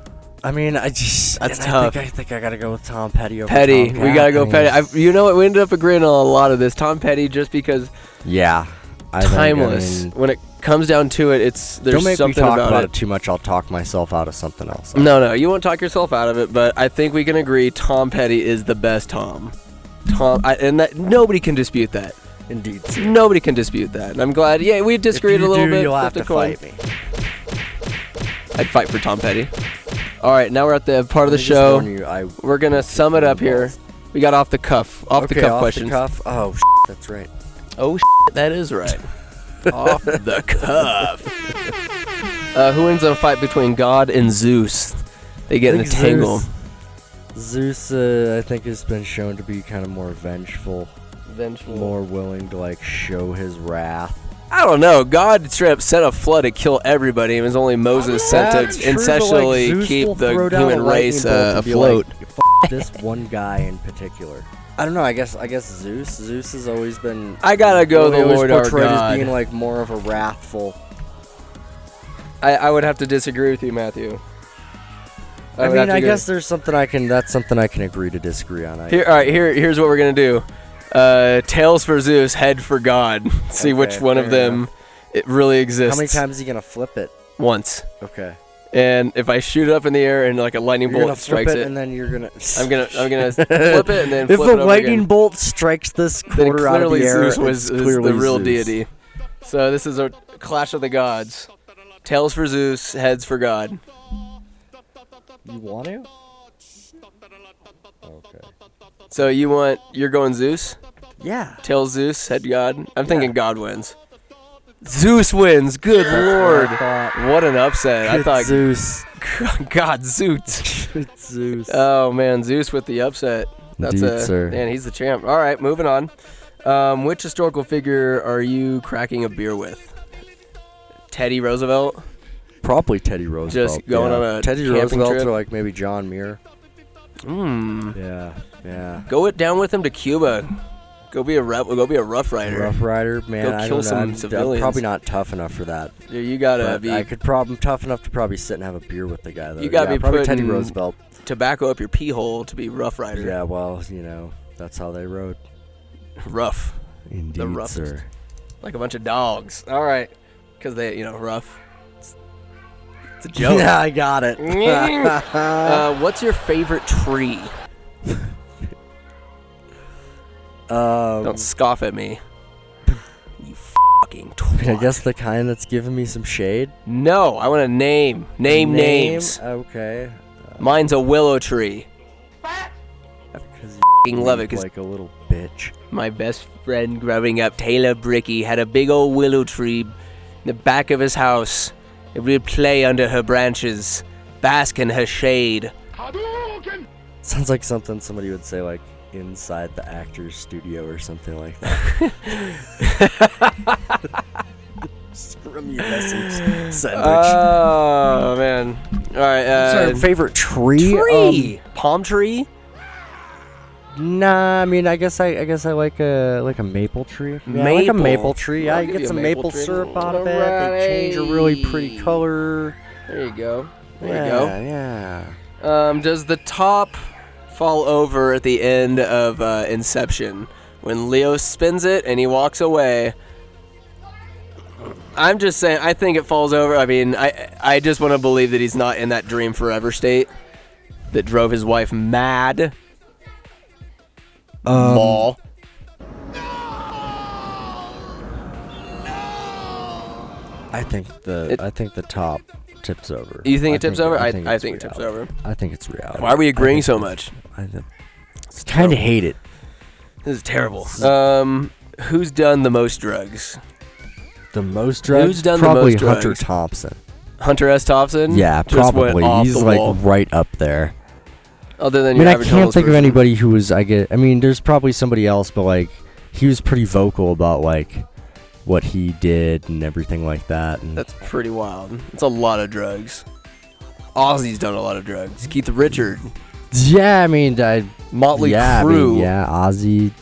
Speaker 2: I mean, I just
Speaker 1: That's
Speaker 2: and I think-
Speaker 1: tough.
Speaker 2: I think I gotta go with Tom Petty over
Speaker 1: Petty.
Speaker 2: Tom
Speaker 1: we
Speaker 2: Cat.
Speaker 1: gotta go
Speaker 2: I mean,
Speaker 1: Petty. I, you know what? We ended up agreeing on a lot of this. Tom Petty, just because
Speaker 2: Yeah, I think, I
Speaker 1: timeless.
Speaker 2: mean,
Speaker 1: when it comes down to it, it's there's
Speaker 2: don't make me
Speaker 1: something
Speaker 2: talk
Speaker 1: about,
Speaker 2: about it.
Speaker 1: it. Mm.
Speaker 2: too much. I'll talk myself out of something else.
Speaker 1: No, no, you won't talk yourself out of it, but I think we can agree Tom Petty is the best Tom. Tom, I, and that nobody can dispute that.
Speaker 2: Indeed.
Speaker 1: Nobody can dispute that. And I'm glad. Yeah, we disagreed a little bit.
Speaker 2: You'll have
Speaker 1: flipped a
Speaker 2: to
Speaker 1: coin.
Speaker 2: fight me.
Speaker 1: I'd fight for Tom Petty. All right, now we're at the part of the
Speaker 2: Let me just
Speaker 1: show.
Speaker 2: warn you, I-
Speaker 1: We're gonna sum it up here. We got off the cuff, off
Speaker 2: okay,
Speaker 1: the cuff
Speaker 2: off
Speaker 1: questions.
Speaker 2: The cuff. Oh, sh- that's right.
Speaker 1: Oh, that is right. Off the cuff. Uh, who wins in a fight between God and Zeus? They get in a
Speaker 2: think
Speaker 1: tangle.
Speaker 2: Zeus, uh, I think, has been shown to be kind of more vengeful, more willing to like show his wrath.
Speaker 1: I don't know. God straight up sent a flood to kill everybody. It was only Moses sent to
Speaker 2: That's true, but, like,
Speaker 1: incestually
Speaker 2: Zeus will
Speaker 1: keep the
Speaker 2: throw down a
Speaker 1: human
Speaker 2: lightning
Speaker 1: race
Speaker 2: bolt
Speaker 1: uh,
Speaker 2: and be
Speaker 1: afloat.
Speaker 2: like, "F- this one guy in particular. I don't know. I guess I guess Zeus. Zeus has always been.
Speaker 1: I gotta go
Speaker 2: really
Speaker 1: the
Speaker 2: always
Speaker 1: Lord our
Speaker 2: portrayed
Speaker 1: God.
Speaker 2: as being like more of a wrathful.
Speaker 1: I, I would have to disagree with you, Matthew.
Speaker 2: I,
Speaker 1: would have
Speaker 2: mean,
Speaker 1: to
Speaker 2: I
Speaker 1: go-
Speaker 2: guess there's something I can. That's something I can agree to disagree on. I,
Speaker 1: Here, all right. Here, here's what we're gonna do. Uh, tails for Zeus, head for God. See which
Speaker 2: Okay,
Speaker 1: one of
Speaker 2: fair
Speaker 1: them it really
Speaker 2: How
Speaker 1: exists.
Speaker 2: many times are you gonna flip it?
Speaker 1: Once.
Speaker 2: Okay.
Speaker 1: And if I shoot it up in the air and like a lightning
Speaker 2: You're gonna
Speaker 1: bolt
Speaker 2: flip
Speaker 1: strikes
Speaker 2: it,
Speaker 1: it,
Speaker 2: and then you're gonna.
Speaker 1: I'm gonna I'm gonna flip it and then
Speaker 2: if
Speaker 1: flip it
Speaker 2: a
Speaker 1: over
Speaker 2: lightning
Speaker 1: again.
Speaker 2: bolt strikes this
Speaker 1: Then
Speaker 2: quarter out of
Speaker 1: clearly
Speaker 2: the air,
Speaker 1: Zeus was
Speaker 2: it's
Speaker 1: is
Speaker 2: clearly
Speaker 1: the real
Speaker 2: Zeus.
Speaker 1: deity. So this is a clash of the gods. Tails for Zeus, heads for God.
Speaker 2: You want to?
Speaker 1: So you want you're going Zeus,
Speaker 2: Yeah.
Speaker 1: tails Zeus, head God. I'm thinking God wins. Zeus wins. Good lord.
Speaker 2: thought.
Speaker 1: What an upset. I
Speaker 2: Good
Speaker 1: thought
Speaker 2: Zeus.
Speaker 1: God Zeus.
Speaker 2: Good Zeus.
Speaker 1: Oh man, Zeus with the upset. That's
Speaker 2: Indeed,
Speaker 1: a
Speaker 2: sir.
Speaker 1: man. He's the champ. All right, moving on. Um, which historical figure are you cracking a beer with? Teddy Roosevelt.
Speaker 2: Probably Teddy Roosevelt.
Speaker 1: Just going
Speaker 2: yeah.
Speaker 1: on a
Speaker 2: Teddy
Speaker 1: camping
Speaker 2: Roosevelt
Speaker 1: trip?
Speaker 2: or like maybe John Muir.
Speaker 1: Mm.
Speaker 2: Yeah. Yeah.
Speaker 1: Go it down with him to Cuba. Go be a rep, go be a rough rider.
Speaker 2: Rough Rider, man. I
Speaker 1: kill
Speaker 2: don't
Speaker 1: some
Speaker 2: know. I'm- I'm,
Speaker 1: civilians.
Speaker 2: probably not tough enough for that.
Speaker 1: Yeah, You gotta
Speaker 2: But
Speaker 1: be
Speaker 2: I could probably tough enough to probably sit and have a beer with the guy though.
Speaker 1: You gotta
Speaker 2: yeah,
Speaker 1: be
Speaker 2: probably Teddy
Speaker 1: putting-
Speaker 2: Roosevelt.
Speaker 1: tobacco up your pee hole to be rough rider.
Speaker 2: Yeah, well, you know, that's how they rode.
Speaker 1: Rough,
Speaker 2: Indeed,
Speaker 1: roughest.
Speaker 2: sir.
Speaker 1: like a bunch of dogs. All right, because they, you know, rough. It's- It's a joke.
Speaker 2: Yeah, I got it.
Speaker 1: uh, what's your favorite tree?
Speaker 2: Um,
Speaker 1: Don't scoff at me. You fucking
Speaker 2: I
Speaker 1: twat.
Speaker 2: guess the kind that's giving me some shade.
Speaker 1: No, I want a name. Name, names.
Speaker 2: Okay.
Speaker 1: Mine's a willow tree.
Speaker 2: Because
Speaker 1: Fucking love it, 'cause
Speaker 2: like a little bitch.
Speaker 1: my best friend growing up, Taylor Bricky, had a big old willow tree in the back of his house. And we'd play under her branches, bask in her shade.
Speaker 2: Sounds like something somebody would say like inside the actor's studio or something like that. Scrum you
Speaker 1: Uh,
Speaker 2: message sandwich.
Speaker 1: Oh man! All right,
Speaker 2: What's
Speaker 1: uh,
Speaker 2: our favorite tree?
Speaker 1: tree, palm tree,
Speaker 2: Um, nah, I mean, I guess I, I guess I like a like a maple tree. Yeah, I like a
Speaker 1: Maple.
Speaker 2: maple tree. Yeah,
Speaker 1: I'll
Speaker 2: you
Speaker 1: give
Speaker 2: get
Speaker 1: you a
Speaker 2: some
Speaker 1: maple
Speaker 2: maple,
Speaker 1: tree.
Speaker 2: syrup out of it. They change a really pretty
Speaker 1: Alright.
Speaker 2: color.
Speaker 1: There you go. There
Speaker 2: yeah,
Speaker 1: you go.
Speaker 2: yeah.
Speaker 1: Um, does the top fall over at the end of uh, Inception when Leo spins it and he walks away? I'm just saying. I think it falls over. I mean, I I just want to believe that he's not in that dream forever state that drove his wife mad. Um, Mall.
Speaker 2: I think the
Speaker 1: It-
Speaker 2: I think the top tips over.
Speaker 1: You think it tips over? I, I think,
Speaker 2: it's
Speaker 1: it tips
Speaker 2: reality.
Speaker 1: over.
Speaker 2: I think it's reality.
Speaker 1: Why are we agreeing so
Speaker 2: so
Speaker 1: much?
Speaker 2: I kind of hate it.
Speaker 1: This is terrible. Um, who's done the most drugs?
Speaker 2: The most drugs.
Speaker 1: Who's done the
Speaker 2: probably
Speaker 1: most
Speaker 2: Hunter
Speaker 1: drugs?
Speaker 2: Thompson.
Speaker 1: Hunter S. Thompson.
Speaker 2: Yeah,
Speaker 1: Just went
Speaker 2: probably.
Speaker 1: off
Speaker 2: He's
Speaker 1: the
Speaker 2: like
Speaker 1: wall.
Speaker 2: right up there.
Speaker 1: Other than
Speaker 2: I mean,
Speaker 1: your
Speaker 2: I
Speaker 1: average
Speaker 2: can't
Speaker 1: homeless
Speaker 2: think of
Speaker 1: person.
Speaker 2: anybody who was. I get. I mean, there's probably somebody else, but like, he was pretty vocal about like what he did and everything like that. And
Speaker 1: That's pretty wild. It's a lot of drugs. Ozzy's done a lot of drugs. Keith Richard,
Speaker 2: yeah, I mean, I,
Speaker 1: Motley
Speaker 2: yeah, I mean,
Speaker 1: Crue.
Speaker 2: yeah, Ozzy.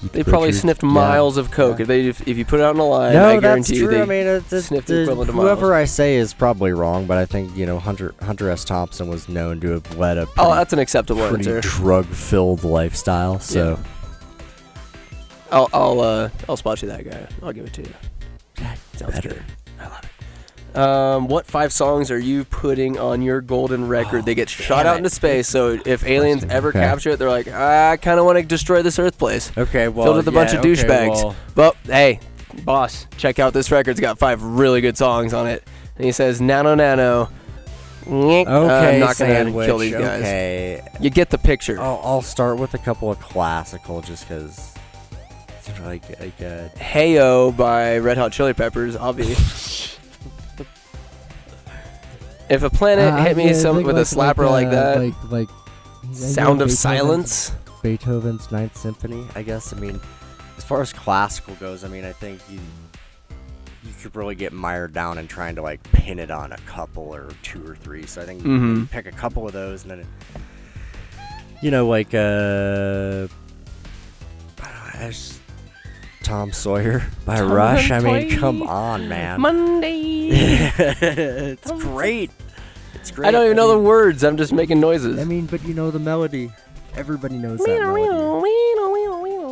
Speaker 2: Keith
Speaker 1: They probably
Speaker 2: Richards,
Speaker 1: sniffed
Speaker 2: yeah.
Speaker 1: miles of coke. If they if, if you put it out in a line,
Speaker 2: No,
Speaker 1: I
Speaker 2: that's
Speaker 1: guarantee you
Speaker 2: true.
Speaker 1: they
Speaker 2: I mean, it's, it's,
Speaker 1: sniffed the
Speaker 2: it's-
Speaker 1: equivalent of
Speaker 2: whoever
Speaker 1: miles.
Speaker 2: I say is probably wrong, but I think you know Hunter Hunter S. Thompson was known to have led a
Speaker 1: Oh,
Speaker 2: pretty,
Speaker 1: that's an acceptable answer.
Speaker 2: drug-filled lifestyle. So
Speaker 1: I'll I'll uh, I'll spot you that guy. I'll give it to you. Sounds good. I love it. Um, what five songs are you putting on your golden record? they
Speaker 2: Oh,
Speaker 1: get shot out into space, so if aliens ever
Speaker 2: Okay.
Speaker 1: capture it, they're like, I kind of want to destroy this Earth place.
Speaker 2: okay, well,
Speaker 1: filled with a bunch of douchebags. but hey, boss, check out this record. It's got five really good songs on it. And he says, "Nano, nano." Okay,
Speaker 2: okay,
Speaker 1: I'm not gonna
Speaker 2: sandwich,
Speaker 1: kill these guys.
Speaker 2: Okay, Oh.
Speaker 1: You get the picture.
Speaker 2: I'll, I'll start with a couple of classical, just because. Like, like uh,
Speaker 1: "Heyo" by Red Hot Chili Peppers, obviously. if a planet
Speaker 2: Ah,
Speaker 12: Uh,
Speaker 1: hit me
Speaker 12: yeah,
Speaker 1: some,
Speaker 12: like-
Speaker 1: with a
Speaker 12: like-
Speaker 1: slapper like,
Speaker 12: uh,
Speaker 1: that,
Speaker 12: Like, like, yeah,
Speaker 1: "Sound
Speaker 12: yeah,
Speaker 1: of
Speaker 12: Beethoven's-
Speaker 1: Silence."
Speaker 12: Beethoven's Ninth Symphony.
Speaker 2: I guess I mean, as far as classical goes, I mean, I think you you could really get mired down in trying to like pin it on a couple or two or three. So I think you
Speaker 1: Mhm.
Speaker 2: pick a couple of those, and then you know, like uh, I don't know, I just- Tom Sawyer by Rush. I mean, come on, man.
Speaker 1: Monday.
Speaker 2: it's great. It's great.
Speaker 1: I don't even know the
Speaker 2: mean-
Speaker 1: words. I'm just making noises.
Speaker 2: I mean, but you know the melody. Everybody knows that melody.
Speaker 13: cool.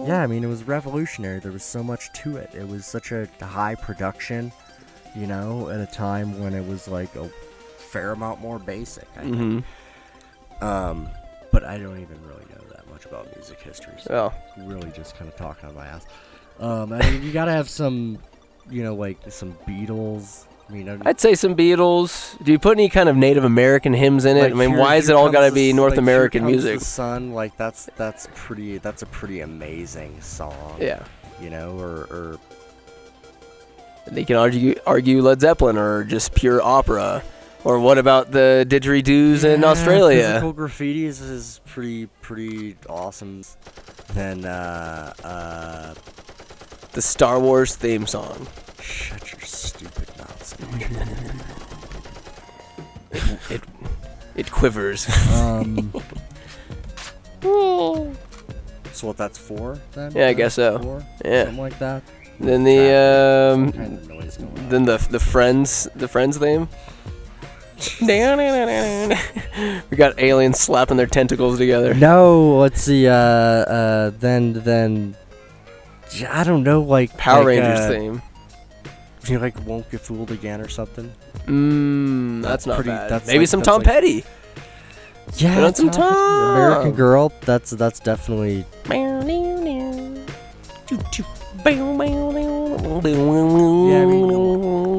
Speaker 2: Yeah, I mean, it was revolutionary. There was so much to it. It was such a high production, you know, at a time when it was like a fair amount more basic. I think.
Speaker 1: Hmm.
Speaker 2: Um,
Speaker 1: Mm-hmm.
Speaker 2: but I don't even really know that much about music history. So
Speaker 1: Oh,
Speaker 2: really just kind of talking on my ass. Um, I mean, you gotta have some, you know, like some Beatles. I mean, I-
Speaker 1: I'd say some Beatles. Do you put any kind of Native American hymns in it?
Speaker 2: like,
Speaker 1: I mean,
Speaker 2: here-
Speaker 1: why is
Speaker 2: here
Speaker 1: it all
Speaker 2: comes
Speaker 1: got to
Speaker 2: the
Speaker 1: be
Speaker 2: s-
Speaker 1: North
Speaker 2: like, Here
Speaker 1: American
Speaker 2: Comes
Speaker 1: music?
Speaker 2: The sun, like that's that's pretty. That's a pretty amazing song.
Speaker 1: Yeah,
Speaker 2: You know, or, or
Speaker 1: they can argue argue Led Zeppelin or just pure opera. Or what about the didgeridoos in
Speaker 2: Yeah,
Speaker 1: Australia?
Speaker 2: Physical graffiti is, is pretty pretty awesome. Then uh uh
Speaker 1: The Star Wars theme song.
Speaker 2: shut your stupid mouth. Sam.
Speaker 1: It quivers. Um,
Speaker 2: So what that's for then?
Speaker 1: Yeah, I guess so.
Speaker 2: Four?
Speaker 1: Yeah.
Speaker 2: Something like that.
Speaker 1: then the um,
Speaker 2: Kind of noise going on.
Speaker 1: then the the friends the friends theme. we got aliens slapping their tentacles together.
Speaker 2: No, let's see. Uh, uh, then, then, J- I don't know, like
Speaker 1: Power
Speaker 2: like,
Speaker 1: Rangers
Speaker 2: uh,
Speaker 1: theme.
Speaker 2: You like won't get fooled again or something.
Speaker 1: Mm, that's, not
Speaker 2: pretty-
Speaker 1: bad.
Speaker 2: that's
Speaker 1: Maybe
Speaker 2: like-
Speaker 1: some
Speaker 2: that's
Speaker 1: Tom
Speaker 2: like-
Speaker 1: Petty.
Speaker 2: Yeah,
Speaker 1: Put on some
Speaker 2: Tom- American
Speaker 1: Tom.
Speaker 2: Girl. That's that's definitely Yeah, I mean,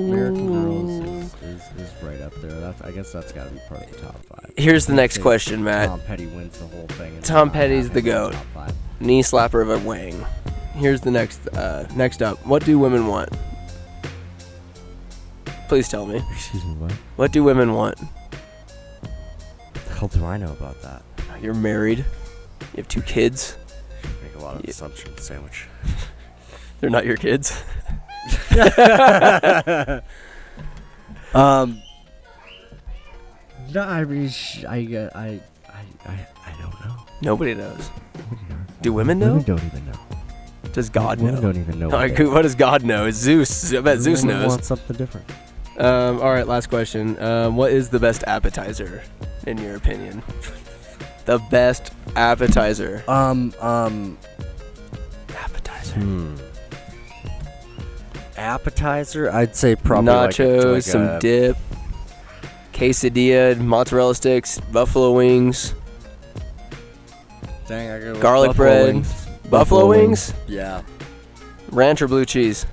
Speaker 2: American Girls is, is, is right up there. That's, I guess that's got to be part of the top five.
Speaker 1: Here's the
Speaker 2: I'd
Speaker 1: next
Speaker 2: say
Speaker 1: question, Matt.
Speaker 2: Tom Petty wins the whole thing. and
Speaker 1: Tom
Speaker 2: not
Speaker 1: Petty's the
Speaker 2: having
Speaker 1: goat.
Speaker 2: top five.
Speaker 1: Knee slapper of a wang. Here's the next. Uh, next up, what do women want? Please tell me.
Speaker 2: Excuse me, what?
Speaker 1: What do women want?
Speaker 2: The hell do I know about that?
Speaker 1: You're married. You have two kids.
Speaker 2: Make a lot of assumptions, sandwich.
Speaker 1: They're not your kids.
Speaker 2: Um. No, I mean, sh- I, uh, I, I, I, I don't know.
Speaker 1: Nobody knows. Do women know?
Speaker 2: Women don't even know.
Speaker 1: Does God
Speaker 2: Women
Speaker 1: know?
Speaker 2: don't even know.
Speaker 1: Like,
Speaker 2: they-
Speaker 1: who- what does God know? It's Zeus. I bet Zeus
Speaker 2: women
Speaker 1: knows.
Speaker 2: want something different.
Speaker 1: Um, all right, last question. Um, what is the best appetizer, in your opinion? the best appetizer.
Speaker 2: Um, um,
Speaker 1: Appetizer.
Speaker 2: appetizer. I'd say probably like a-
Speaker 1: Nachos,
Speaker 2: like
Speaker 1: some
Speaker 2: a-
Speaker 1: dip, quesadilla, mozzarella sticks, buffalo wings,
Speaker 2: Dang, I go
Speaker 1: garlic bread, buffalo, wings,
Speaker 2: Yeah.
Speaker 1: ranch or blue cheese.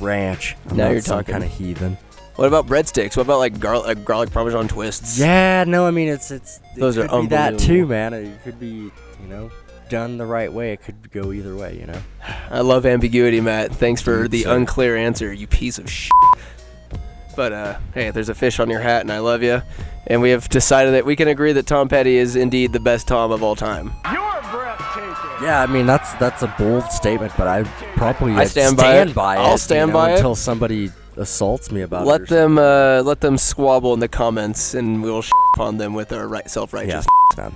Speaker 2: Ranch. I'm
Speaker 1: Now
Speaker 2: not
Speaker 1: you're
Speaker 2: some
Speaker 1: talking.
Speaker 2: kind of heathen.
Speaker 1: What about breadsticks? What about like garlic, uh, garlic parmesan twists?
Speaker 2: Yeah, no, I mean it's it's it
Speaker 1: Those are
Speaker 2: could be that too,
Speaker 1: unbelievable.
Speaker 2: man. It could be you know done the right way. It could go either way, you know.
Speaker 1: I love ambiguity, Matt. Thanks for the
Speaker 2: sir.
Speaker 1: unclear answer, you piece of shit. But uh, hey, there's a fish on your hat, and I love you. And we have decided that we can agree that Tom Petty is indeed the best Tom of all time.
Speaker 6: You're breathtaking.
Speaker 2: Yeah, I mean that's that's a bold statement, but I probably
Speaker 1: I
Speaker 2: I'd
Speaker 1: stand by it. I'll
Speaker 2: you
Speaker 1: stand
Speaker 2: know,
Speaker 1: by it.
Speaker 2: until somebody assaults me about it.
Speaker 1: Let
Speaker 2: or
Speaker 1: them uh, let them squabble in the comments, and we'll sh- on them with our right
Speaker 2: something.
Speaker 1: self-righteous.
Speaker 2: yeah. Um,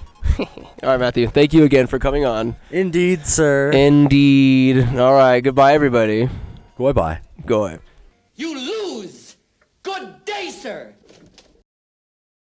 Speaker 1: All right, Matthew. Thank you again for coming on.
Speaker 2: Indeed, sir.
Speaker 1: Indeed. All right. Goodbye, everybody.
Speaker 2: Goodbye.
Speaker 1: Go ahead.
Speaker 3: You lose. Good day, sir.